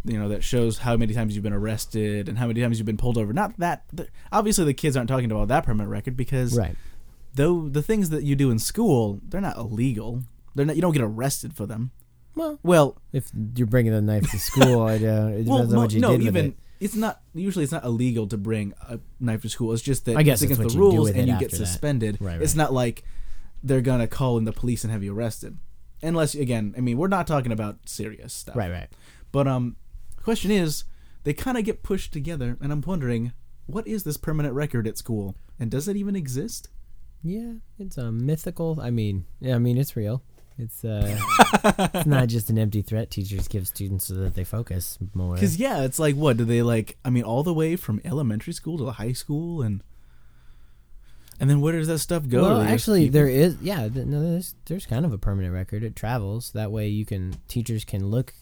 you know, that shows how many times you've been arrested and how many times you've been pulled over. Not that the- obviously the kids aren't talking about that permanent record because
Right.
though the things that you do in school they're not illegal. They're not. You don't get arrested for them.
Well,
Well,
if you're bringing a knife to school, I don't. It depends
Well,
on
no,
what you
no,
did with
even
it.
it's not usually it's not illegal to bring a knife to school. It's just that
I guess
it's against
that's
the
what you do
rules
with
and
it
you get
after that.
suspended.
Right,
It's
right.
not like they're gonna call in the police and have you arrested, unless again, I mean, we're not talking about serious stuff.
Right. Right.
But um, question is, they kind of get pushed together, and I'm wondering, what is this permanent record at school, and does it even exist?
Yeah, it's a mythical. I mean, yeah, I mean it's real. It's uh, it's not just an empty threat teachers give students so that they focus more.
Because yeah, it's like what do they like? I mean, all the way from elementary school to high school, and and then where does that stuff go?
well,
Do they just
actually,
keep-
there is yeah. th- No, there's there's kind of a permanent record. It travels that way. You can teachers can look,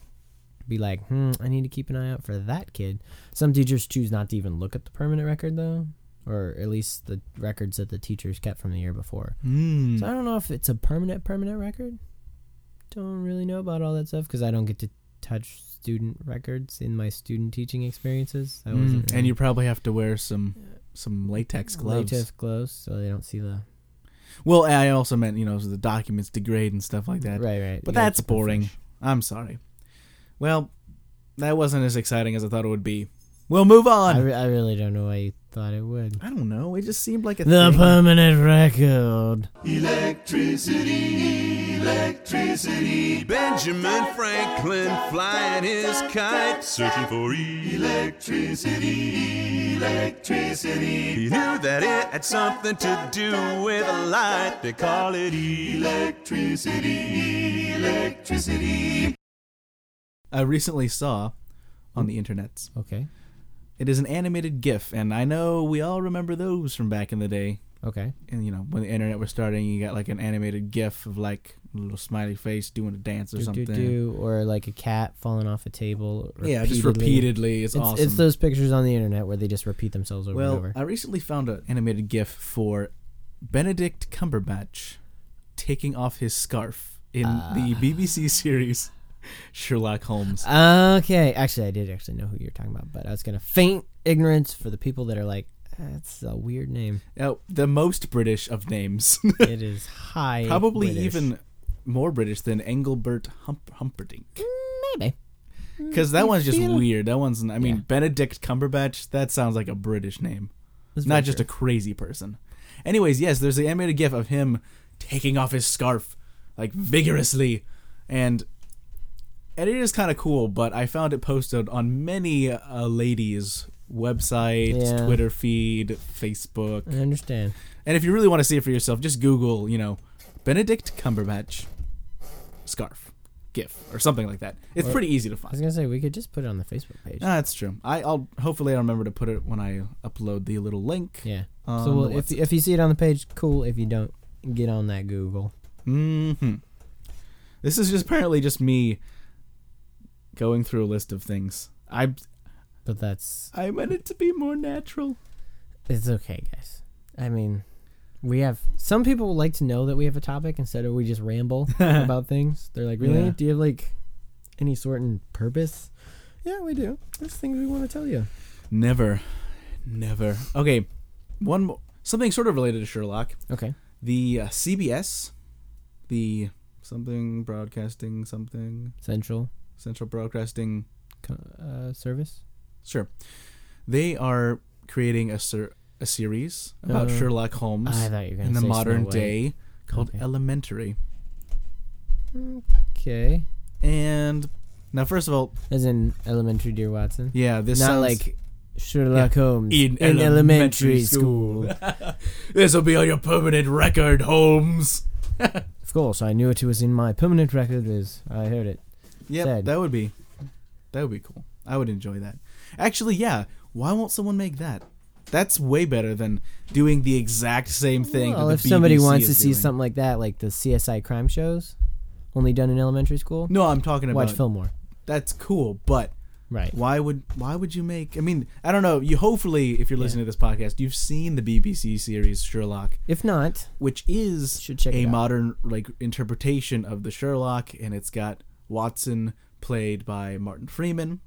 be like, hmm, I need to keep an eye out for that kid. Some teachers choose not to even look at the permanent record though, or at least the records that the teachers kept from the year before.
Hmm.
So I don't know if it's a permanent permanent record. Don't really know about all that stuff because I don't get to touch student records in my student teaching experiences. That
Mm,
wasn't
And
really-
you probably have to wear some some latex gloves.
Latex gloves, so they don't see the
Well, I also meant you know so the documents degrade and stuff like that.
right, right.
But
you gotta
that's
keep them
boring.
fresh.
I'm sorry. Well, that wasn't as exciting as I thought it would be. We'll move on.
I,
I,
re- I really don't know why you thought it would.
don't know. It just seemed like a
The
thing.
permanent record.
Electricity, electricity. Benjamin Franklin flying his kite, searching for electricity, electricity. He knew that it had something to do with a light. They call it electricity, electricity.
I recently saw on the internets.
Okay.
It is an animated GIF, and I know we all remember those from back in the day.
Okay.
And you know when the internet was starting, you got like an animated GIF of like a little smiley face doing a dance or
Do, do,
something.
do, or like a cat falling off a table.
Yeah, just repeatedly. It's,
It's,
awesome.
it's those pictures on the internet where they just repeat themselves over and
well,
over.
I recently found an animated GIF for Benedict Cumberbatch taking off his scarf in the BBC series Sherlock Holmes.
Uh, Okay, actually, I did actually know who you're talking about, but I was gonna faint ignorance for the people that are like, that's a weird name.
now, the most British of names.
It is high,
Probably
British.
even more British than Engelbert Hump- Humperdinck.
maybe.
Because that one's just
feel-
weird. That one's, I mean,
Yeah.
Benedict Cumberbatch, that sounds like a British name.
That's
Not
very
just
true.
a crazy person. Anyways, yes, there's the animated gif of him taking off his scarf, like, vigorously. And. And it is kind of cool, but I found it posted on many uh, ladies' websites,
Yeah.
Twitter feed, Facebook.
I understand.
And if you really want to see it for yourself, just Google, you know, Benedict Cumberbatch scarf gif or something like that. It's pretty easy to
I was
find.
gonna say we could just put it on the Facebook page.
Ah, that's true. I, I'll hopefully I remember to put it when I upload the little link.
yeah.
on
so
the
we'll, if if you see it on the page, cool. If you don't, get on that Google.
hmm This is just apparently just me going through a list of things. I
But that's
I meant it to be more natural.
it's okay, guys. I mean, we have some people like to know that we have a topic instead of we just ramble about things. They're like, really?
Yeah.
Do you have like any sort and purpose? Yeah, we do. There's things we want to tell you.
Never, never. Okay, one more, something sort of related to Sherlock.
Okay.
the uh, CBS, the something broadcasting something
Central
Central Broadcasting.
co- uh, service.
Sure, they are creating a ser- a series about
Uh,
Sherlock Holmes
I thought you were gonna
in the
say
modern
Snow White.
day called
Okay.
Elementary.
Okay.
And now, first of all,
As in elementary, dear Watson.
yeah, this
Not
sounds,
like Sherlock Holmes
In elementary school. this will be on your permanent record, Holmes.
of course, I knew it was in my permanent record as I heard it.
Yeah,
Sad.
that would be that would be cool. I would enjoy that. Actually, yeah. Why won't someone make that? That's way better than doing the exact same thing. that
well,
the
if somebody
BBC
wants to
is
see
doing.
something like that, like the CSI crime shows, only done in elementary school,
no, I'm talking about
watch Fillmore.
that's cool. But
Right.
why would why would you make? I mean, I don't know. You hopefully, if you're listening to this podcast, you've seen the BBC series Sherlock,
If not,
which is
Should check
a
it out.
modern like interpretation of the Sherlock, and it's got Watson played by Martin Freeman.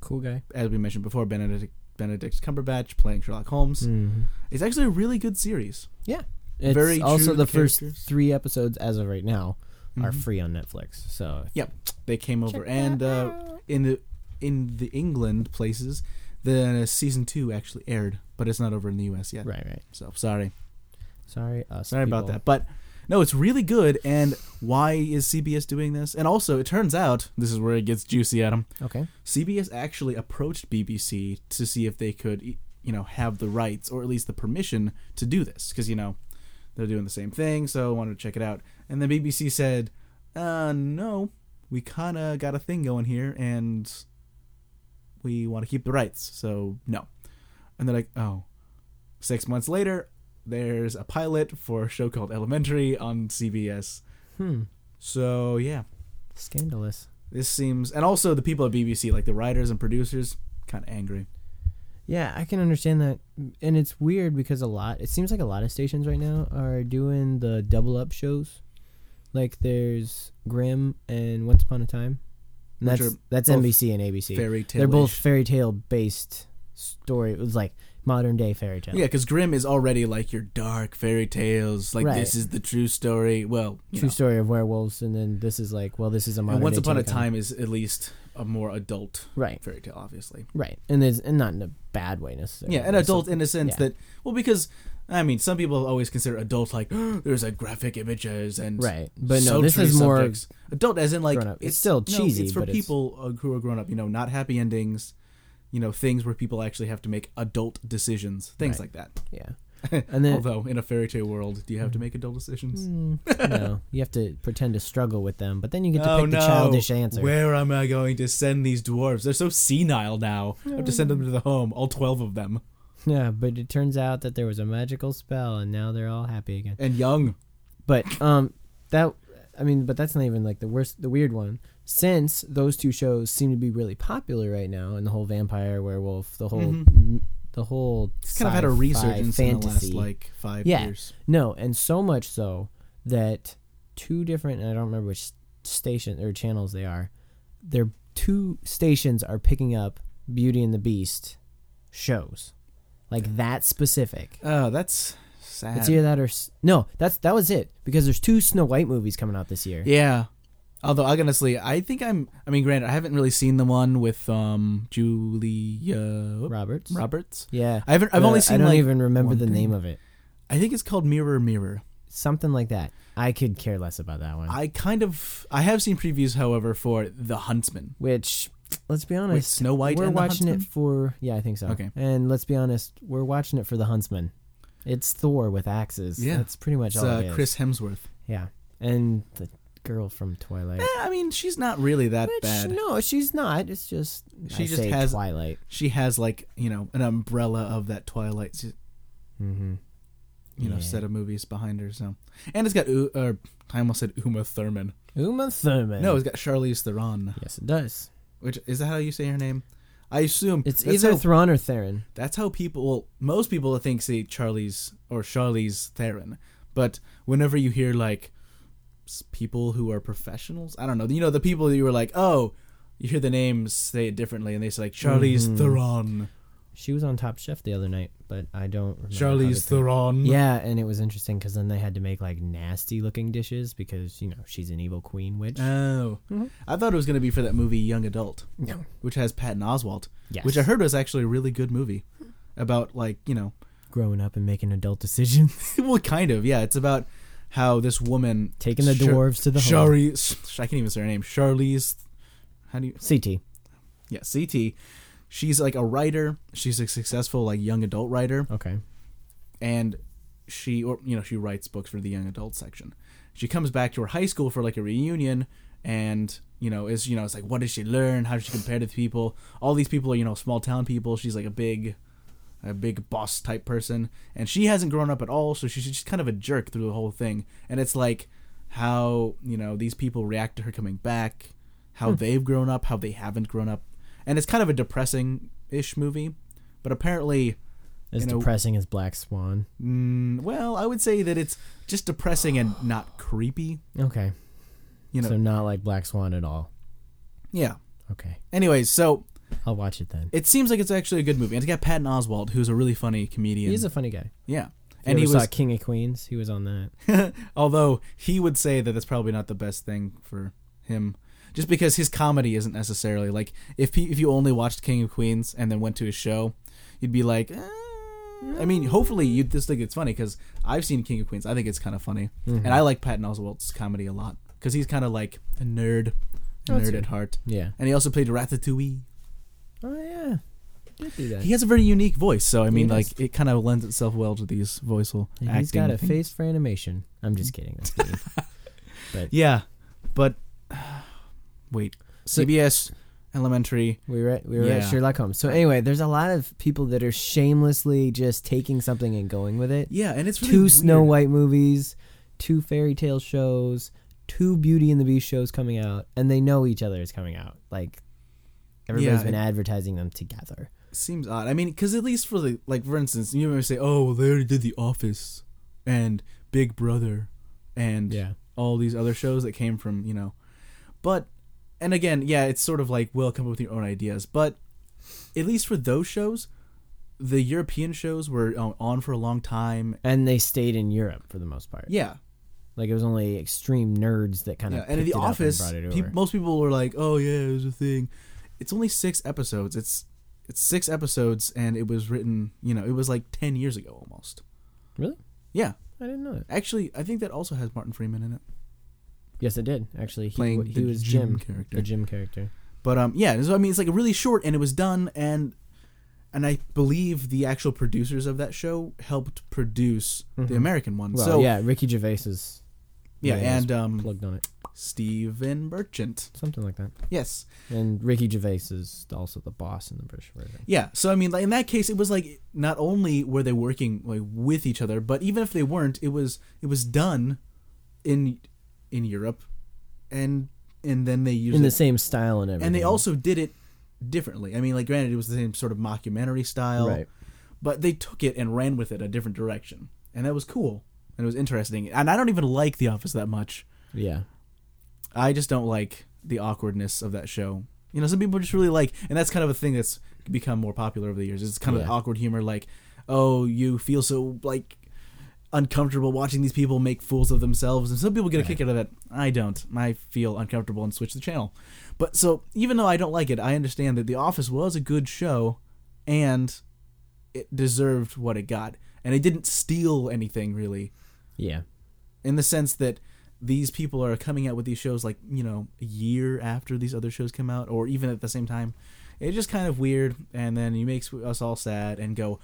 cool guy.
as we mentioned before, Benedict Benedict Cumberbatch playing Sherlock Holmes.
Mm-hmm.
It's actually a really good series.
Yeah. It's
Very
also
true
the first
characters. Mm-hmm.
three episodes as of right now are free on Netflix. So
Yep, they came over and uh, in the in the England places, the season two actually aired, but it's not over in the U.S. yet.
right, right.
So sorry,
Sorry, us
sorry about
people.
that. But no, it's really good. And why is CBS doing this? And also, it turns out this is where it gets juicy, Adam.
Okay.
CBS actually approached BBC to see if they could, y- you know, have the rights or at least the permission to do this because you know they're doing the same thing. So I wanted to check it out, and the BBC said, "Uh, no, we kind of got a thing going here, and we want to keep the rights, so no." And they're like, "Oh." Six months later, there's a pilot for a show called Elementary on CBS.
Hmm.
So yeah,
Scandalous.
this seems, and also the people at BBC, like the writers and producers, kind of angry.
Yeah, I can understand that, and it's weird because a lot. It seems like a lot of stations right now are doing the double up shows. Like there's Grimm and Once Upon a Time. And
Which
that's
are
that's
both
NBC and ABC.
Fairy tale.
They're both fairy tale based story. It was like modern day fairy tale.
Yeah, because Grimm is already like your dark fairy tales. Like
Right.
this is the true story. Well, you
True
know.
story of werewolves, and then this is like, well, this is a modern.
And Once
day
Upon a
telecom.
Time is at least a more adult
Right.
fairy tale, obviously.
Right, and there's and not in a bad way necessarily.
Yeah, an
but
adult
some-
in a sense
yeah.
that well, because I mean, some people always consider adult like there's like graphic images and
Right, but
sultry
no, this is more
subjects. adult as in like
grown up. It's still
no,
cheesy,
it's for
but it's-
people uh, who are grown up. You know, not happy endings. You know, things where people actually have to make adult decisions, things
Right. Uh,
like that.
yeah, and then
Although in a fairy tale world, do you have to make adult decisions?
no, you have to pretend to struggle with them, but then Mm, you get to pick the childish answer.
Oh, Where am I going to send these dwarves? They're so senile now. I have to send them to the home, all 12 of them.
Yeah, but it turns out that there was a magical spell, and now they're all happy again.
And young.
But um, that I mean, but that's not even like the worst, the weird one. Since those two shows seem to be really popular right now, and the whole vampire, werewolf, the whole, the whole
Mm-hmm. It's kind of had a
sci-fi
resurgence in the last
fantasy.
like five
Yeah.
years.
No, and so much so that two different and I don't remember which station or channels they are. Their two stations are picking up Beauty and the Beast shows. Like that specific.
Oh, that's sad.
It's either that or s- no. That's that was it because there's two Snow White movies coming out this year.
yeah. Although honestly, I think I'm. I mean, granted, I haven't really seen the one with um Julia whoop,
Roberts.
Roberts.
Yeah,
I haven't- I've
The-
only seen,
I don't
like,
even remember
one
the
thing.
name of it.
I think it's called Mirror Mirror.
Something like that. I could care less about that one.
I kind of I have seen previews, however, for The Huntsman.
Which, let's be honest,
Snow White
We're
and the
watching it
Huntsman?
for yeah, I think so.
Okay.
and let's be honest, we're watching it for the Huntsman. It's Thor with axes.
Yeah.
that's pretty much
It's
all.
uh,
it is.
Chris Hemsworth.
Yeah, and the girl from Twilight.
Eh, I mean, she's not really that
Which,
bad.
no, she's not. It's just
She
I
just
say
has-
Twilight.
She has like you know an umbrella of that Twilight, se-
Mm-hmm.
you know,
Yeah.
set of movies behind her. So, and it's got U- uh, I almost said Uma Thurman.
Uma Thurman.
No, it's got Charlize Theron.
yes, it does.
Which is that how you say her name? I assume
It's
that's
either
how,
Thrawn or Theron.
that's how people. Well, most people I think say Charlize or Charlize Theron, but whenever you hear like s- people who are professionals, I don't know, you know, the people that you were like, oh, you hear the names say it differently, and they say like
Mm-hmm.
Charlize Theron,
She was on Top Chef the other night, but I don't. remember how to
Charlize
pronounce
Theron.
Yeah, and it was interesting because then they had to make like nasty looking dishes because you know she's an evil queen witch.
Oh,
Mm-hmm.
I thought it was gonna be for that movie Young Adult,
no,
which has Patton Oswalt,
Yes. Hmm.
which I heard was actually a really good movie about like you know,
growing up and making adult decisions,
well, kind of yeah. It's about how this woman
taking the dwarves to the home.
Charlie, I can't even say her name. Charlize, how do you?
CT.
Yeah, CT. She's like a writer. She's a successful like young adult writer,
Okay.
and she or you know she writes books for the young adult section. She comes back to her high school for like a reunion, and you know is you know it's like what did she learn? How did she compare to people? All these people are you know small town people. She's like a big, a big boss type person, and she hasn't grown up at all. So she's just kind of a jerk through the whole thing. And it's like how you know these people react to her coming back, how they've grown up, how they haven't grown up, and it's kind of a depressing ish movie. But apparently,
As
You know-
depressing as Black Swan.
Mm, well, I would say that it's just depressing and not creepy.
Okay.
You know,
So not like Black Swan at all.
yeah.
Okay.
Anyways, so
I'll watch it then.
it seems like it's actually a good movie. And it's got Patton Oswald, who's a really funny comedian.
He's a funny guy.
yeah,
And
and he
saw
was.
King of Queens. He was on that.
although he would say that that's probably not the best thing for him, just because his comedy isn't necessarily like if he, if you only watched King of Queens and then went to his show, you'd be like. "Eh." I mean, hopefully you just think it's funny because I've seen King of Queens. I think it's kind of funny,
Mm-hmm.
and I like Patton Oswalt's comedy a lot because he's kind of like a nerd, a
Oh, that's
nerd
good.
at heart.
Yeah.
And he also played Ratatouille.
Oh yeah. Did do that.
He has a very unique voice, so I mean,
does.
like it kind of lends itself well to these voiceal
And
acting.
he's got a
things.
face for animation. I'm just kidding. That's mean.
Yeah, but wait,
So-
CBS Elementary.
We were at, we were
Yeah.
at Sherlock Holmes. So anyway, there's a lot of people that are shamelessly just taking something and going with it.
Yeah, and it's really
two
weird.
Snow White movies, two fairy tale shows, two Beauty and the Beast shows coming out, and they know each other is coming out. Like everybody's
Yeah,
been
it-
advertising them together.
seems odd. I mean, because at least for the like, for instance, you may say, "Oh, well, they already did The Office and Big Brother and
Yeah.
all these other shows that came from you know," but and again, yeah, it's sort of like, "Well, come up with your own ideas," but at least for those shows. The European shows were uh, on for a long time.
And they stayed in Europe for the most part.
Yeah,
Like it was only extreme nerds that kind of
Yeah, and in the office, peop- most people were like, "Oh yeah, it was a thing." It's only six episodes. It's it's six episodes, and it was written. You know, it was like ten years ago almost.
really?
Yeah,
I didn't know that.
actually, I think that also has Martin Freeman in it.
Yes, it did. Actually, he,
Playing
w- he
the
was
Jim
Jim,
character.
the Jim character.
But um, yeah. So I mean, it's like really short, and it was done, and and I believe the actual producers of that show helped produce the American one.
Well,
so Mm-hmm. yeah,
yeah, Ricky Gervais is
yeah,
yeah,
and um,
plugged on it,
Stephen Merchant.
something like that.
Yes.
And Ricky Gervais is also the boss in the British version.
Yeah, so I mean, like in that case, it was like not only were they working like with each other, but even if they weren't, it was it was done in in Europe, and and then they used
in
it-
the same style and everything.
and they also did it differently. I mean, like granted, it was the same sort of mockumentary style,
Right.
but they took it and ran with it a different direction, and that was cool and it was interesting. And I don't even like The Office that much.
yeah,
I just don't like the awkwardness of that show. You know, some people just really like, and that's kind of a thing that's become more popular over the years. It's kind of
Yeah.
awkward humor, like, oh, you feel so like uncomfortable watching these people make fools of themselves, and some people get a kick out of that. I don't. I feel uncomfortable and switch the channel. But so, even though I don't like it, I understand that The Office was a good show, and it deserved what it got, and it didn't steal anything really
yeah,
in the sense that these people are coming out with these shows like you know a year after these other shows come out or even at the same time it's just kind of weird and then you makes us all sad and go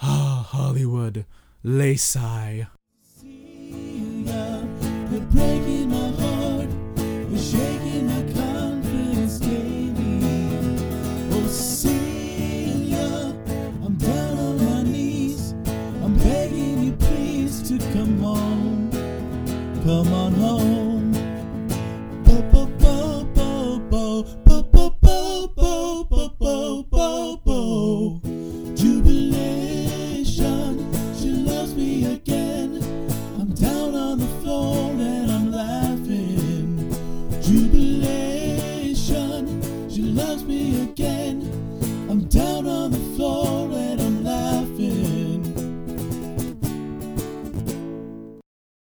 ah hollywood lay sigh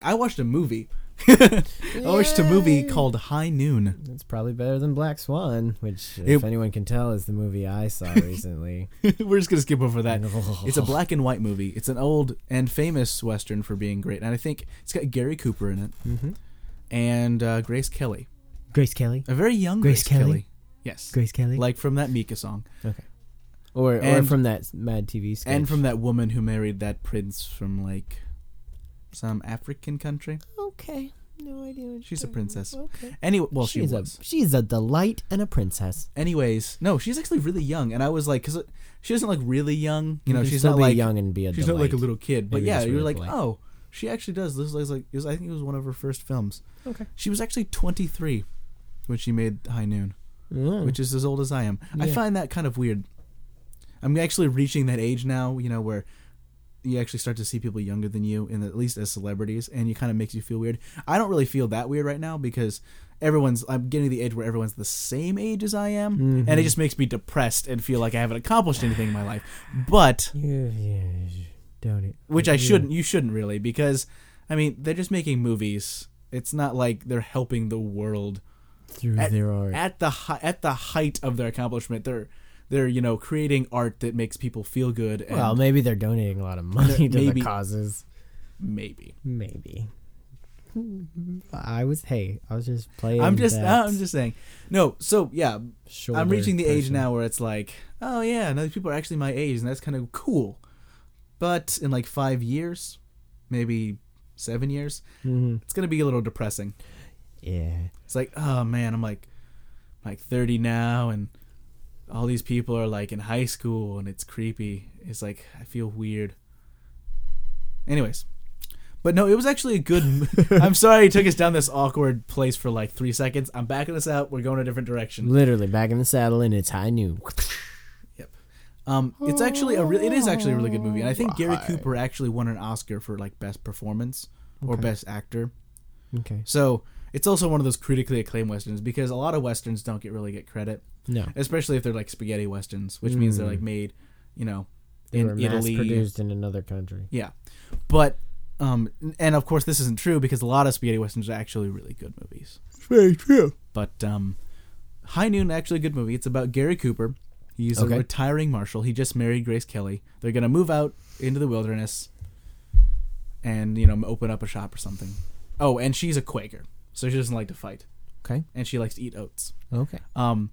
i watched a movie i watched a movie called high noon
it's probably better than Black Swan, which,
It-
if anyone can tell, is the movie I saw recently.
we're just gonna skip over that it's a black and white movie it's an old and famous western for being great and i think it's got gary cooper in it
mm-hmm.
and uh, grace kelly
Grace Kelly,
a very young grace,
Grace
kelly.
Kelly?
yes
Grace Kelly,
like from that mika song
okay, or or
And-
from that Mad TV sketch,
And from that woman who married that prince from like some African country.
okay, no idea. what
She's a
you're
princess.
talking about. Okay.
Anyway, well, she
she's
was.
a she's a delight and a princess.
Anyways, no, she's actually really young, and I was like, because she doesn't look really young. You know,
can
she's
still
not
be
like
young and be a
she's not like a
delight.
little kid. But
Maybe
yeah,
that's
you're
really
like,
polite.
oh, she actually does. This is like, it was, I think it was one of her first films.
Okay.
She was actually 23 when she made High Noon,
Mm.
which is as old as I am. I
Yeah.
find that kind of weird. I'm actually reaching that age now, you know, where you actually start to see people younger than you, and at least as celebrities, and you kind of makes you feel weird. I don't really feel that weird right now because everyone's. I'm getting to the age where everyone's the same age as I am,
Mm-hmm.
and it just makes me depressed and feel like I haven't accomplished anything in my life. But
Yeah, yeah, yeah. don't it?
which I
Yeah.
shouldn't. You shouldn't really because, I mean, they're just making movies. It's not like they're helping the world
through
at-
their art.
at the hi- at the height of their accomplishment. They're they're you know creating art that makes people feel good. And
well, maybe they're donating a lot of money to
maybe-
the causes.
maybe.
Maybe. I was hey, I was just playing.
I'm just
that
I'm just saying. No, so yeah,
shoulder
I'm reaching the age
person.
now where it's like, oh yeah, now these people are actually my age, and that's kind of cool. But in like five years, maybe seven years,
Mm-hmm.
it's gonna be a little depressing.
Yeah,
It's like, oh man, I'm like, I'm like 30 now, and all these people are like in high school, and it's creepy. It's like I feel weird. Anyways, but no, it was actually a good. I'm sorry, it took us down this awkward place for like three seconds. I'm backing this out. We're going a different direction.
literally back in the saddle and it's high noon.
Um, it's actually a re- it is actually a really good movie, and I think Gary Cooper actually won an Oscar for like best performance or best actor.
Okay.
So it's also one of those critically acclaimed westerns because a lot of westerns don't get really get credit.
No,
especially if they're like spaghetti westerns, which means they're like made, you know,
Mm. they were
in
mass
Italy.
produced in another country.
Yeah, but um, and of course this isn't true because a lot of spaghetti westerns are actually really good movies.
Very true.
But um, High Noon actually a good movie. It's about Gary Cooper. He's
Okay.
a retiring marshal. He just married Grace Kelly. They're gonna move out into the wilderness, and you know, open up a shop or something. Oh, and she's a Quaker, so she doesn't like to fight,
Okay.
and she likes to eat oats.
Okay.
Um,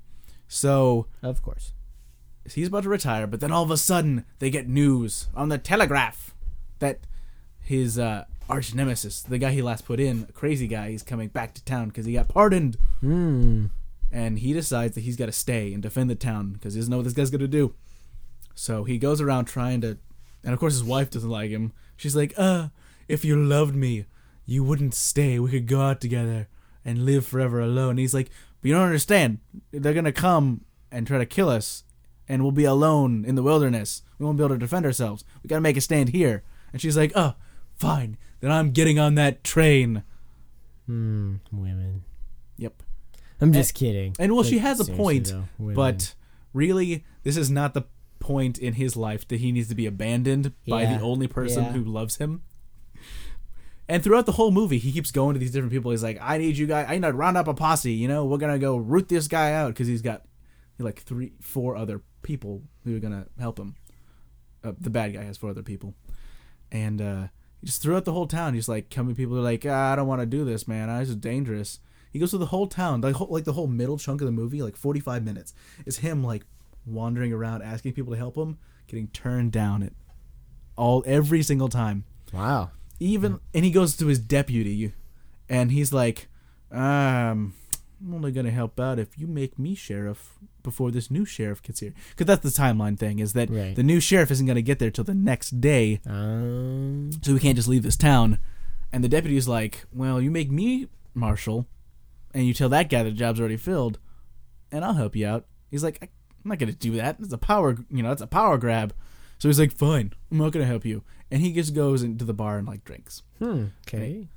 so
Uh, Of course.
he's about to retire, but then all of a sudden they get news on the telegraph that his uh, arch nemesis, the guy he last put in, a crazy guy, he's coming back to town because he got pardoned,
Mm.
and he decides that he's got to stay and defend the town because he doesn't know what this guy's gonna do. So he goes around trying to, and of course his wife doesn't like him. She's like, "Uh, if you loved me, you wouldn't stay. We could go out together." and live forever alone. he's like, but you don't understand. They're gonna come and try to kill us, and we'll be alone in the wilderness. We won't be able to defend ourselves. We gotta make a stand here. And she's like, oh, fine. Then I'm getting on that train.
Hmm, women.
Yep.
I'm just kidding.
And well, she has a
seriously,
point,
though, women.
But really, this is not the point in his life that he needs to be abandoned by
Yeah.
the only person
Yeah.
who loves him. And throughout the whole movie, he keeps going to these different people. He's like, "I need you guys. I need to round up a posse. You know, we're gonna go root this guy out because he's got like three, four other people who are gonna help him. Uh, the bad guy has four other people, and uh, just throughout the whole town, he's like coming. People are like, ah, "I don't want to do this, man. Ah, This is dangerous." He goes through the whole town, like whole, like the whole middle chunk of the movie, like forty five minutes, is him like wandering around asking people to help him, getting turned down at all every single time
wow.
even and he goes to his deputy and he's like um i'm only going to help out if you make me sheriff before this new sheriff gets here because that's the timeline thing is that
Right.
the new sheriff isn't going to get there till the next day
Um,
so we can't just leave this town and the deputy's like well you make me marshal and you tell that guy the job's already filled and i'll help you out he's like I- i'm not going to do that it's a power you know it's a power grab so he's like fine i'm not going to help you and he just goes into the bar and like drinks
hmm. Okay.
and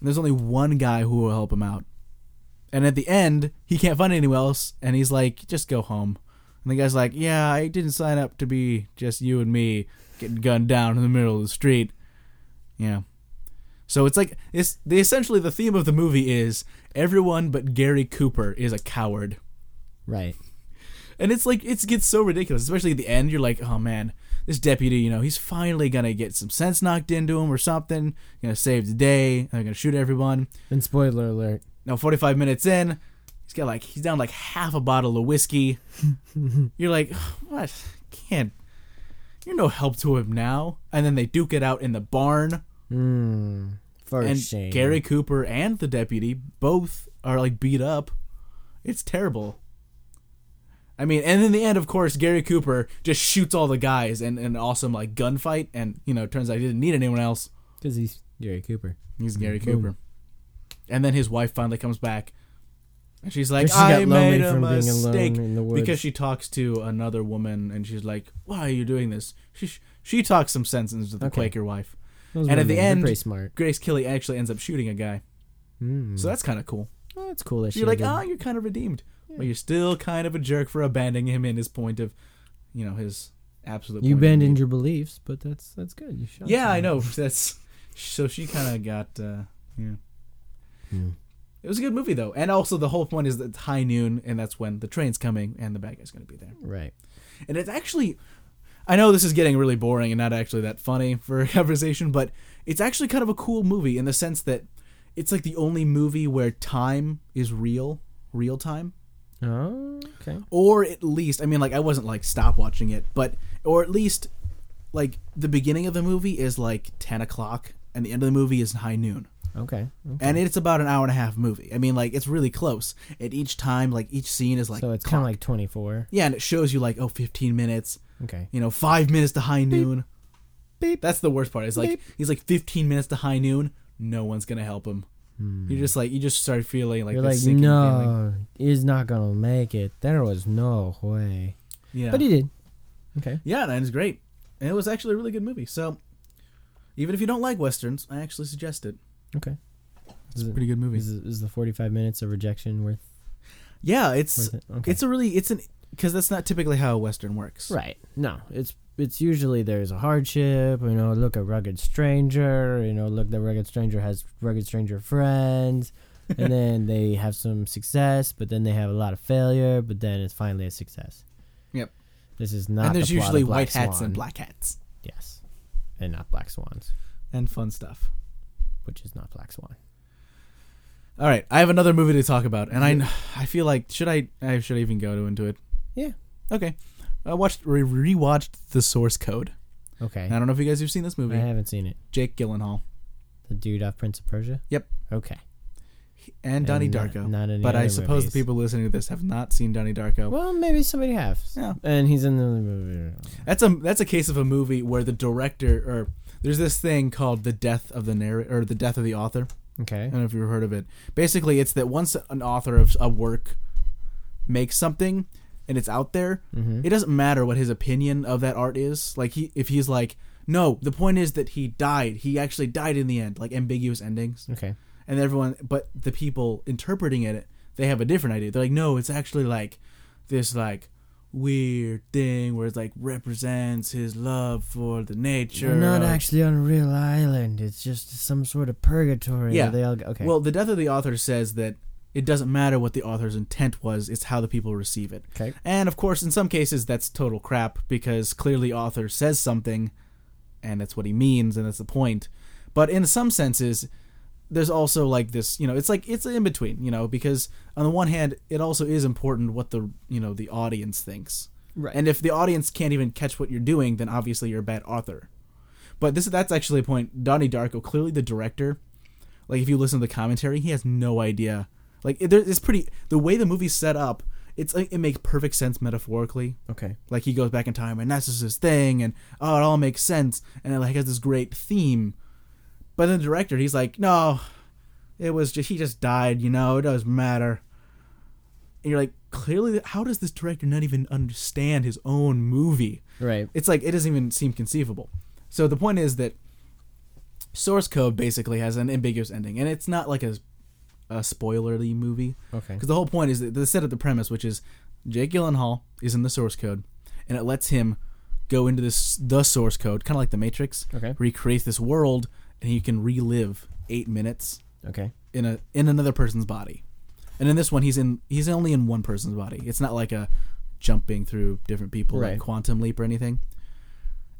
there's only one guy who will help him out. And at the end, he can't find anyone else, and he's like, just go home. And the guy's like, yeah, I didn't sign up to be just you and me getting gunned down in the middle of the street. Yeah. So it's like, it's the, essentially the theme of the movie is everyone but Gary Cooper is a coward.
Right.
And it's like it gets so ridiculous, especially at the end. You're like, oh man, this deputy, you know, he's finally gonna get some sense knocked into him or something. Gonna save the day. and They're gonna shoot everyone.
And spoiler alert.
Now, 45 minutes in, he's got like he's down like half a bottle of whiskey. You're like, what? Can't. You're no help to him now. And then they duke it out in the barn,
Hmm. For
and
shame.
Gary Cooper and the deputy both are like beat up. It's terrible. I mean, and in the end, of course, Gary Cooper just shoots all the guys in an awesome like gunfight, and you know, turns out he didn't need anyone else.
Because he's Gary Cooper.
He's Gary
Boom.
Cooper. And then his wife finally comes back. And she's like,
She got
I
lonely
made a
from being alone
mistake.
in the woods.
Because she talks to another woman and she's like, Why are you doing this? She, she talks some sense into the
Okay.
Quaker wife.
Those
And at
women,
the
they're
end-
pretty smart.
Grace Kelly actually ends up shooting a guy.
Hmm.
So that's kind of cool.
Oh, that's cool. That she
you're like,
did.
Oh, you're kind of redeemed. But you're still kind of a jerk for abandoning him in his point of, you know, his absolute.
you
point of
abandoned
view.
your beliefs, but that's that's good. You shot.
Yeah, I
someone.
know. That's so she kind of got uh, yeah.
Hmm.
It was a good movie though, and also the whole point is that it's high noon, and that's when the train's coming, and the bad guy's going to be there.
Right.
And it's actually, I know this is getting really boring and not actually that funny for a conversation, but it's actually kind of a cool movie in the sense that it's like the only movie where time is real, real time,
Oh, okay.
or at least, I mean, like I wasn't like stop watching it, but or at least, like the beginning of the movie is like ten o'clock, and the end of the movie is high noon
Okay.
and it's about an hour and a half movie. I mean, like it's really close. At each time, like each scene is like
so it's kind of like 24.
yeah, and it shows you like oh, 15 minutes,
Okay.
you know, five minutes to high noon.
Beep.
That's the worst part. Is like
Beep.
he's like 15 minutes to high noon. No one's gonna help him. You're just like you just start feeling like
Hmm. You're
this
like,
sinking feeling.
no, he's not gonna make it. There was no way.
yeah,
But he did. Okay.
yeah, and it's great. And it was actually a really good movie. So even if you don't like westerns, I actually suggest it.
Okay.
It's a pretty good movie.
Is, is the 45 minutes of rejection worth
Yeah, it's
worth it? Okay.
it's a really it's an because that's not typically how a western works.
right. No, it's it's usually there's a hardship. You know, look a rugged stranger. You know, look the rugged stranger has rugged stranger friends, and then they have some success, but then they have a lot of failure, but then it's finally a success.
Yep.
This is not.
and there's
the plot of
usually
Black
white hats
Swan.
and black hats
Yes, and not black swans,
and fun stuff.
which is not black swan.
All right, I have another movie to talk about, and I I feel like should I I should I even go into it?
Yeah.
Okay, I watched re- rewatched The Source Code.
Okay. Uh,
And I don't know if you guys have seen this
I
movie.
haven't seen it.
Jake Gyllenhaal
The dude off Prince of Persia.
Yep.
Okay.
and Donnie
And not-
Darko.
not any
but I
other
suppose
movies.
the people listening to this have not seen Donnie Darko.
Well, maybe somebody has.
Yeah.
And he's in the movie.
That's a that's a case of a movie where the director or there's this thing called the death of the narrator or the death of the author.
Okay.
I don't know if you've heard of it. Basically, it's that once an author of a work makes something and it's out there, it doesn't matter what his opinion of that art is. Like he, if he's like, no, the point is that he died. He actually died in the end. Like ambiguous endings.
Okay.
And everyone, but the people interpreting it, they have a different idea. They're like, no, it's actually like this like weird thing where it's like represents his love for the nature.
not
of-
actually on a real island. It's just some sort of purgatory.
Yeah.
where They all go, okay.
Well, the death of the author says that it doesn't matter what the author's intent was, it's how the people receive it.
Okay.
And of course, in some cases, that's total crap because clearly, author says something and that's what he means and that's the point. But in some senses, there's also like this, you know, it's like it's in between, you know, because on the one hand, it also is important what the, you know, the audience thinks.
Right.
And if the audience can't even catch what you're doing, then obviously you're a bad author. But this that's actually a point. Donnie Darko, clearly the director, like if you listen to the commentary, he has no idea. Like it, there- it's pretty the way the movie's set up. It's like it makes perfect sense metaphorically.
okay.
Like he goes back in time and that's just his thing, and oh, it all makes sense, and it like has this great theme. But then the director, he's like, no, it was just he just died. You know, it doesn't matter. And you're like, clearly, how does this director not even understand his own movie?
Right.
it's like it doesn't even seem conceivable. So the point is that source code basically has an ambiguous ending, and it's not like a, a spoilerly movie.
Okay.
Because the whole point is that they set up the premise, which is Jake Gyllenhaal is in the source code, and it lets him go into this the source code, kind of like the Matrix.
Okay.
Recreate this world, and he can relive eight minutes
Okay.
in a in another person's body. And in this one, he's in he's only in one person's body. It's not like a jumping through different people,
Right.
like quantum leap or anything.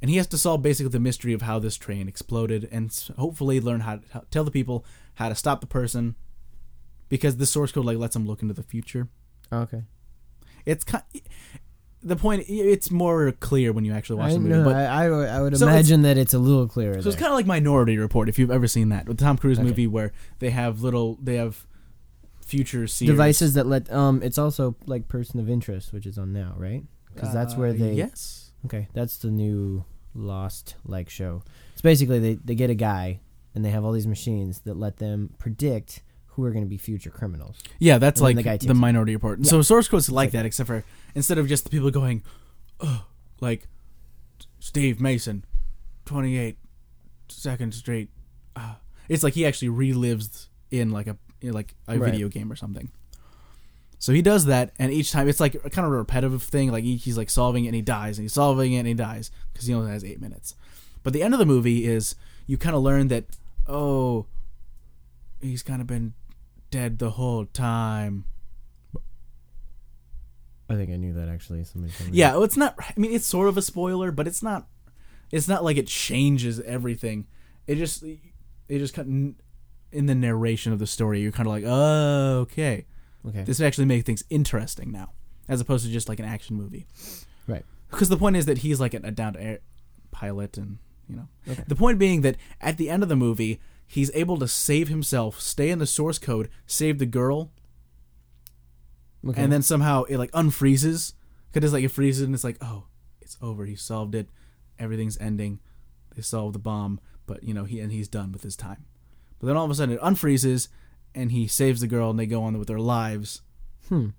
And he has to solve basically the mystery of how this train exploded, and s- hopefully learn how to how, tell the people how to stop the person, because the source code like lets him look into the future.
Okay.
It's kind the point. It's more clear when you actually watch
I,
the movie.
no,
but
I, I, would- I would
So it's-
imagine that it's a little clearer.
So it's
there.
kind of like Minority Report, if you've ever seen that, with the Tom Cruise
Okay.
movie where they have little, they have future seers.
Devices that let um, it's also like person of interest, which is on now, right? Because that's where
Uh,
they
Yes.
Okay, that's the new Lost like show. It's basically they, they get a guy and they have all these machines that let them predict who are going to be future criminals.
Yeah, that's
And
like
then the guy
the,
takes it.
Minority Report. So source code's like that, except for instead of just the people going, oh, like Steve Mason, twenty-eight, Second Street. Uh, it's like he actually relives in like a in like a
Right.
video game or something. So he does that, and each time it's like a kind of a repetitive thing. Like he, he's like solving it, and he dies, and he's solving it, and he dies because he only has eight minutes. But the end of the movie is you kind of learn that oh, he's kind of been dead the whole time.
I think I knew that actually. Somebody told me.
Yeah, well, it's not. I mean, it's sort of a spoiler, but it's not. It's not like it changes everything. It just, it just kind of, in the narration of the story, you're kind of like, oh, okay,
Okay.
this would actually make things interesting now, as opposed to just like an action movie.
right.
Because the point is that he's like a, a down to air pilot, and you know,
Okay.
the point being that at the end of the movie, he's able to save himself, stay in the source code, save the girl,
Okay.
and then somehow it like unfreezes because it's like it freezes and it's like oh it's over he solved it everything's ending they solved the bomb but you know he and he's done with his time but then all of a sudden it unfreezes and he saves the girl and they go on with their lives
Hmm.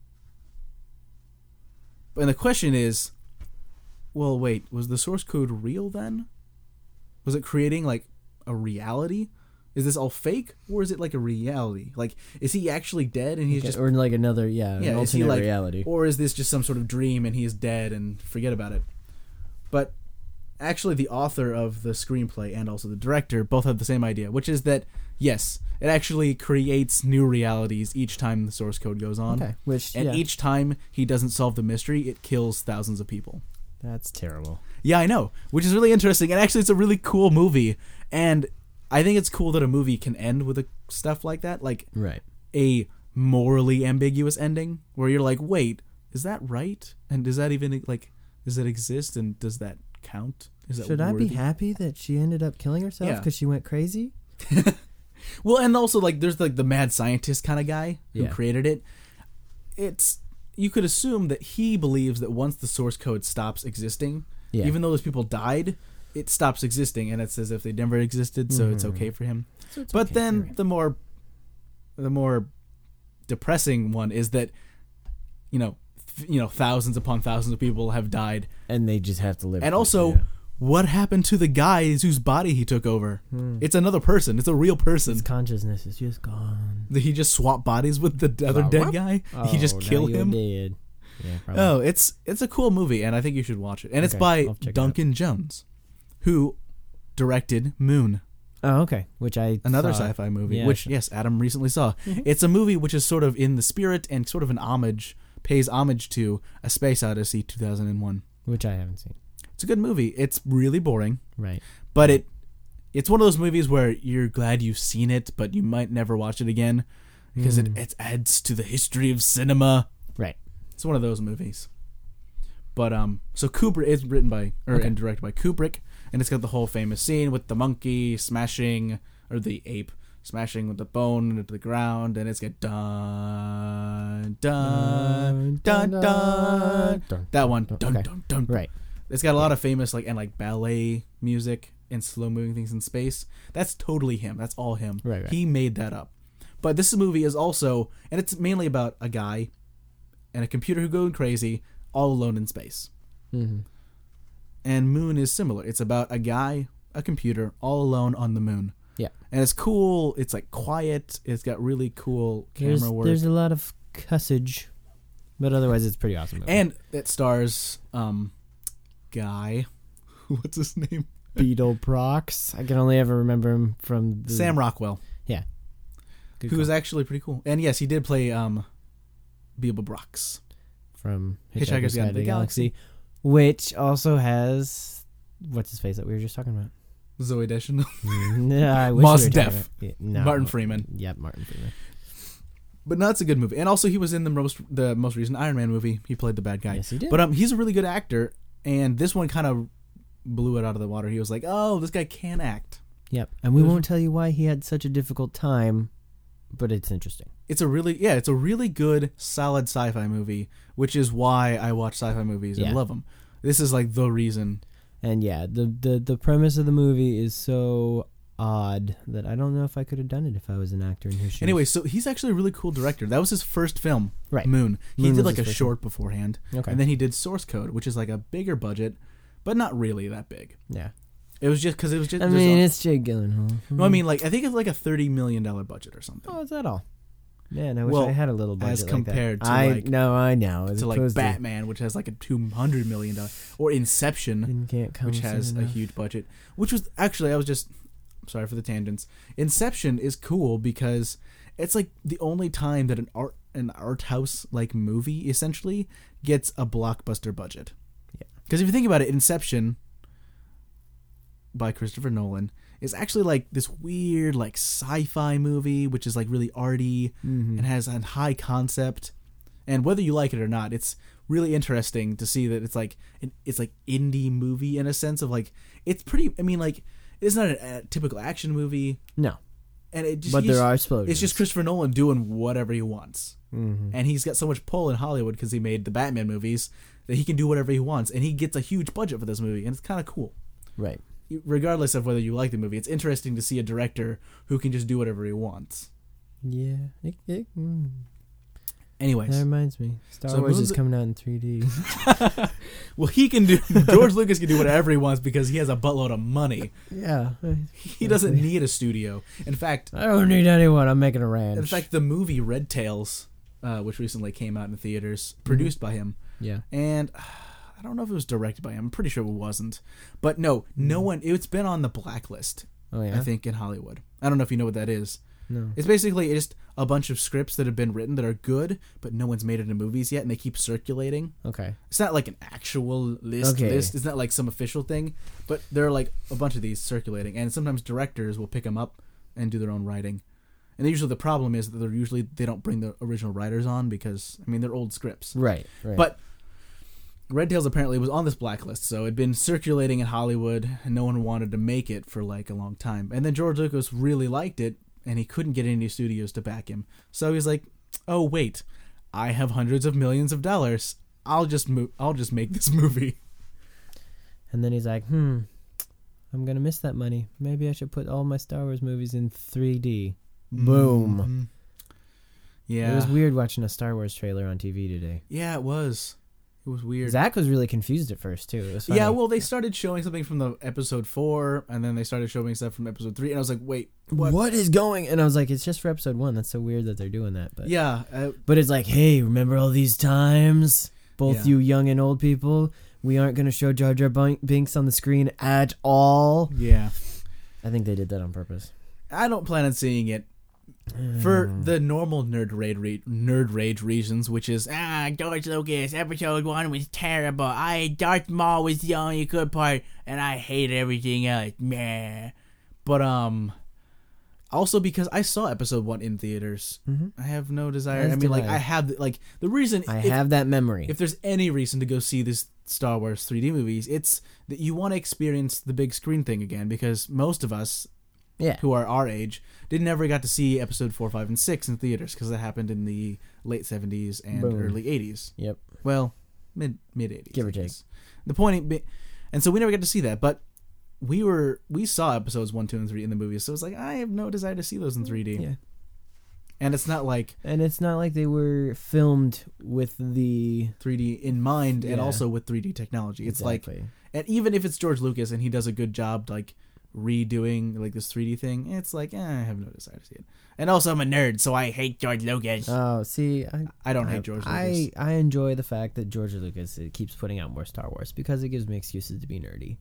and the question is well wait was the source code real then was it creating like a reality is this all fake or is it like a reality like is he actually dead and he's
Okay,
just
or in like another yeah, an
is he,
alternate
like-
reality.
or is this just some sort of dream and he is dead and forget about it? But actually, the author of the screenplay and also the director both have the same idea, which is that yes, it actually creates new realities each time the source code goes on.
okay. Which
And
yeah,
each time he doesn't solve the mystery, it kills thousands of people.
that's terrible.
Yeah, I know, which is really interesting. And actually, it's a really cool movie. And I think it's cool that a movie can end with a, stuff like that. Like,
Right.
a morally ambiguous ending where you're like, wait, is that right? And does that even like does that exist and does that count? Is that
Should I be
worthy?
happy that she ended up killing herself
Yeah.
because she went crazy?
Well, and also like there's like the mad scientist kind of guy who
Yeah.
created it. It's you could assume that he believes that once the source code stops existing,
Yeah.
even though those people died,
Mm-hmm.
it stops existing and it's as if they never existed, so it's okay for him. but then the more the more depressing one is that you know f- you know thousands upon thousands of people have died
and they just have to live.
and
with it,
also
yeah.
what happened to the guys whose body he took over
Hmm.
it's another person it's a real person
his consciousness is just gone.
Did he just swap bodies with the other
Wow.
dead guy he
Oh,
just
now
kill
you're
him
dead. Yeah, probably.
oh it's it's a cool movie and i think you should watch it and it's
Okay,
by
I'll check it out.
duncan jones who directed moon
Oh, okay. Which I
another
saw.
sci-fi movie,
Yeah, Mm-hmm. I
which
saw-
yes, Adam recently saw. It's a movie which is sort of in the spirit and sort of an homage, pays homage to A Space Odyssey 2001.
which I haven't seen.
It's a good movie. It's really boring,
Right.
but it it's one of those movies where you're glad you've seen it, but you might never watch it again because it,
Mm.
it adds to the history of cinema.
Right.
It's one of those movies. But um, so Kubrick is written by or and directed by Kubrick, and it's got the whole famous scene with the monkey smashing or the ape smashing with the bone into the ground, and it's got dun dun dun dun,
dun,
that one dun
okay.
dun dun.
Right.
It's got a lot of famous like and like ballet music and slow moving things in space. That's totally him. That's all him.
Right, right.
He made that up. But this movie is also and it's mainly about a guy and a computer who go crazy all alone in space.
Mm-hmm.
And Moon is similar. It's about a guy, a computer, all alone on the moon.
Yeah.
And it's cool. It's like quiet. It's got really cool camera
There's,
work.
there's a lot of cussage, but otherwise it's pretty awesome. Movie.
and it stars um guy what's his name?
Beetle Prox. I can only ever remember him from the,
Sam Rockwell.
Yeah. Good
who
call.
was actually pretty cool. And yes, he did play um Beelba Brox.
from
Hitchhiker's
Hitchhiker's Guide to the Galaxy,
Galaxy.
which also has what's his face that we were just talking about.
Zoe Deschanel.
no, I wish
Mos
we were talking
Def.
about- yeah, no,
Martin Freeman.
Yep, Martin Freeman.
But no, it's a good movie. And also he was in the most the most recent Iron Man movie. He played the bad guy.
Yes, he did.
But um he's a really good actor and this one kind of blew it out of the water. He was like, "Oh, this guy can act."
Yep, and we won't tell you why he had such a difficult time, but it's interesting.
It's a really yeah, it's a really good solid sci-fi movie, which is why I watch sci-fi movies
Yeah.
and love them. This is like the reason.
And yeah, the the the premise of the movie is so odd that I don't know if I could have done it if I was an actor in his shoes.
Anyway, so he's actually a really cool director. That was his first film,
Right.
Moon. He
Moon
did
was
like
his
a
first
short beforehand,
Okay.
and then he did Source Code, which is like a bigger budget, but not really that big.
yeah,
It was just because it was just.
I
there's
mean
a-
it's Jake Gyllenhaal. Hmm.
no, I mean like I think it's like a thirty million dollar budget or something.
Oh, is that all? Man, I wish
Well,
I had a little budget
as
like that.
compared to,
I
like-
no, I know as
to like
opposed
Batman, which has like a two hundred million dollar, or Inception,
and can't come
which has
soon
a
enough.
huge budget. Which was actually I was just sorry for the tangents. Inception is cool because it's like the only time that an art an art house like movie essentially gets a blockbuster budget.
Yeah.
Because if you think about it, Inception by Christopher Nolan is actually like this weird like sci-fi movie which is like really arty
Mm-hmm.
and has a high concept and whether you like it or not it's really interesting to see that it's like an, it's like indie movie in a sense of like it's pretty i mean like it's not a, a typical action movie
No,
and it just
but there
he's-
are explosions.
it's just Christopher Nolan doing whatever he wants,
Mm-hmm.
and he's got so much pull in Hollywood because he made the Batman movies that he can do whatever he wants, and he gets a huge budget for this movie, and it's kind of cool.
right.
Regardless of whether you like the movie, it's interesting to see a director who can just do whatever he wants.
Yeah, it, it, mm.
Anyways,
that reminds me. Star
So
Wars
Moon's-
is coming out in 3D.
well, he can do George Lucas can do whatever he wants because he has a buttload of money.
yeah,
He doesn't need a studio. In fact,
I don't need anyone. I'm making a ranch.
in fact, the movie Red Tails, uh, which recently came out in theaters, produced by him.
yeah,
and uh, I don't know if it was directed by him. I'm pretty sure it wasn't. But no, no one. It's been on the blacklist.
Oh, yeah?
I think in Hollywood. I don't know if you know what that is.
No.
It's basically just a bunch of scripts that have been written that are good, but no one's made it into movies yet, and they keep circulating.
okay,
It's not like an actual list.
Okay.
List. It's not like some official thing, but there are like a bunch of these circulating, and sometimes directors will pick them up and do their own writing. And usually the problem is that they're usually they don't bring the original writers on because I mean they're old scripts.
right, right.
But Red Tails apparently was on this blacklist, so it'd been circulating in Hollywood, and no one wanted to make it for like a long time. And then George Lucas really liked it, and he couldn't get any studios to back him. So he's like, "Oh wait, I have hundreds of millions of dollars. I'll just mo- I'll just make this movie."
and then he's like, hmm, I'm gonna miss that money. Maybe I should put all my Star Wars movies in 3D. Boom.
Yeah.
It was weird watching a Star Wars trailer on TV today.
Yeah, it was. It was weird.
Zach was really confused at first too. It was
Yeah,
funny.
well, they started showing something from the episode four, and then they started showing stuff from episode three, and I was like, wait, what?
what is going? And I was like, it's just for episode one. That's so weird that they're doing that. But
Yeah, uh,
But it's like, hey, remember all these times? Both
Yeah.
you young and old people, we aren't going to show Jar Jar Bin- Binks on the screen at all.
yeah.
I think they did that on purpose.
I don't plan on seeing it for
Mm.
the normal nerd rage re- nerd rage reasons, which is ah George Lucas episode one was terrible. I Darth Maul was the only good part, and I hate everything else. Meh. But um, also because I saw episode one in theaters, I have no desire.
Mm-hmm. As
I mean,
did
like
I.
I have like the reason
I
if-
have that memory.
if there's any reason to go see this Star Wars 3D movies, it's that you want to experience the big screen thing again because most of us
yeah.
who are our age did never got to see episode 4, 5 and 6 in theaters because that happened in the late 70s and
Boom.
early 80s.
Yep.
Well, mid mid 80s.
Give or
I
take.
guess. The point be- and so we never got to see that, but we were we saw episodes 1, 2 and 3 in the movies. So it's like I have no desire to see those in 3D.
Yeah.
And it's not like
And it's not like they were filmed with the.
3D in mind and
Yeah.
also with 3D technology. It's like
Exactly.
And even if it's George Lucas and he does a good job, like redoing like this 3D thing, it's like eh, I have no desire to see it. And also, I'm a nerd, so I hate George Lucas.
Oh, see, I,
I don't hate George
I,
Lucas.
I enjoy the fact that George Lucas uh, keeps putting out more Star Wars because it gives me excuses to be nerdy.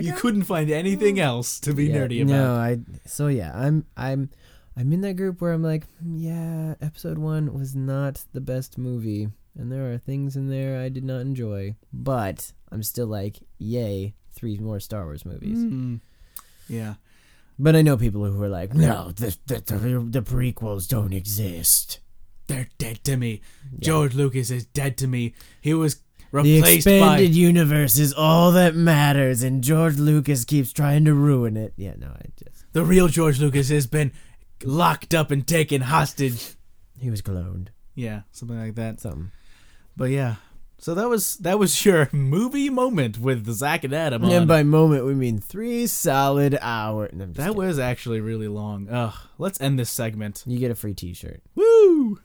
you couldn't find anything else to be
Yeah,
nerdy about.
No, I. So yeah, I'm I'm I'm in that group where I'm like, "Hmm, yeah, episode one was not the best movie, and there are things in there I did not enjoy, but I'm still like, yay, three more Star Wars movies.
Mm. Yeah,
But I know people who are like, no, the the, the, the prequels don't exist.
they're dead to me. George Lucas is dead to me. He was replaced
the expanded
by.
universe is all that matters, and George Lucas keeps trying to ruin it. Yeah, no, I just
The real George Lucas has been locked up and taken hostage.
he was cloned.
Yeah, something like that.
Something.
But yeah, so that was that was your movie moment with Zach and Adam. on.
And by moment, we mean three solid hour. No, I'm just
That
kidding.
was actually really long. Ugh, let's end this segment.
You get a free T-shirt.
Woo!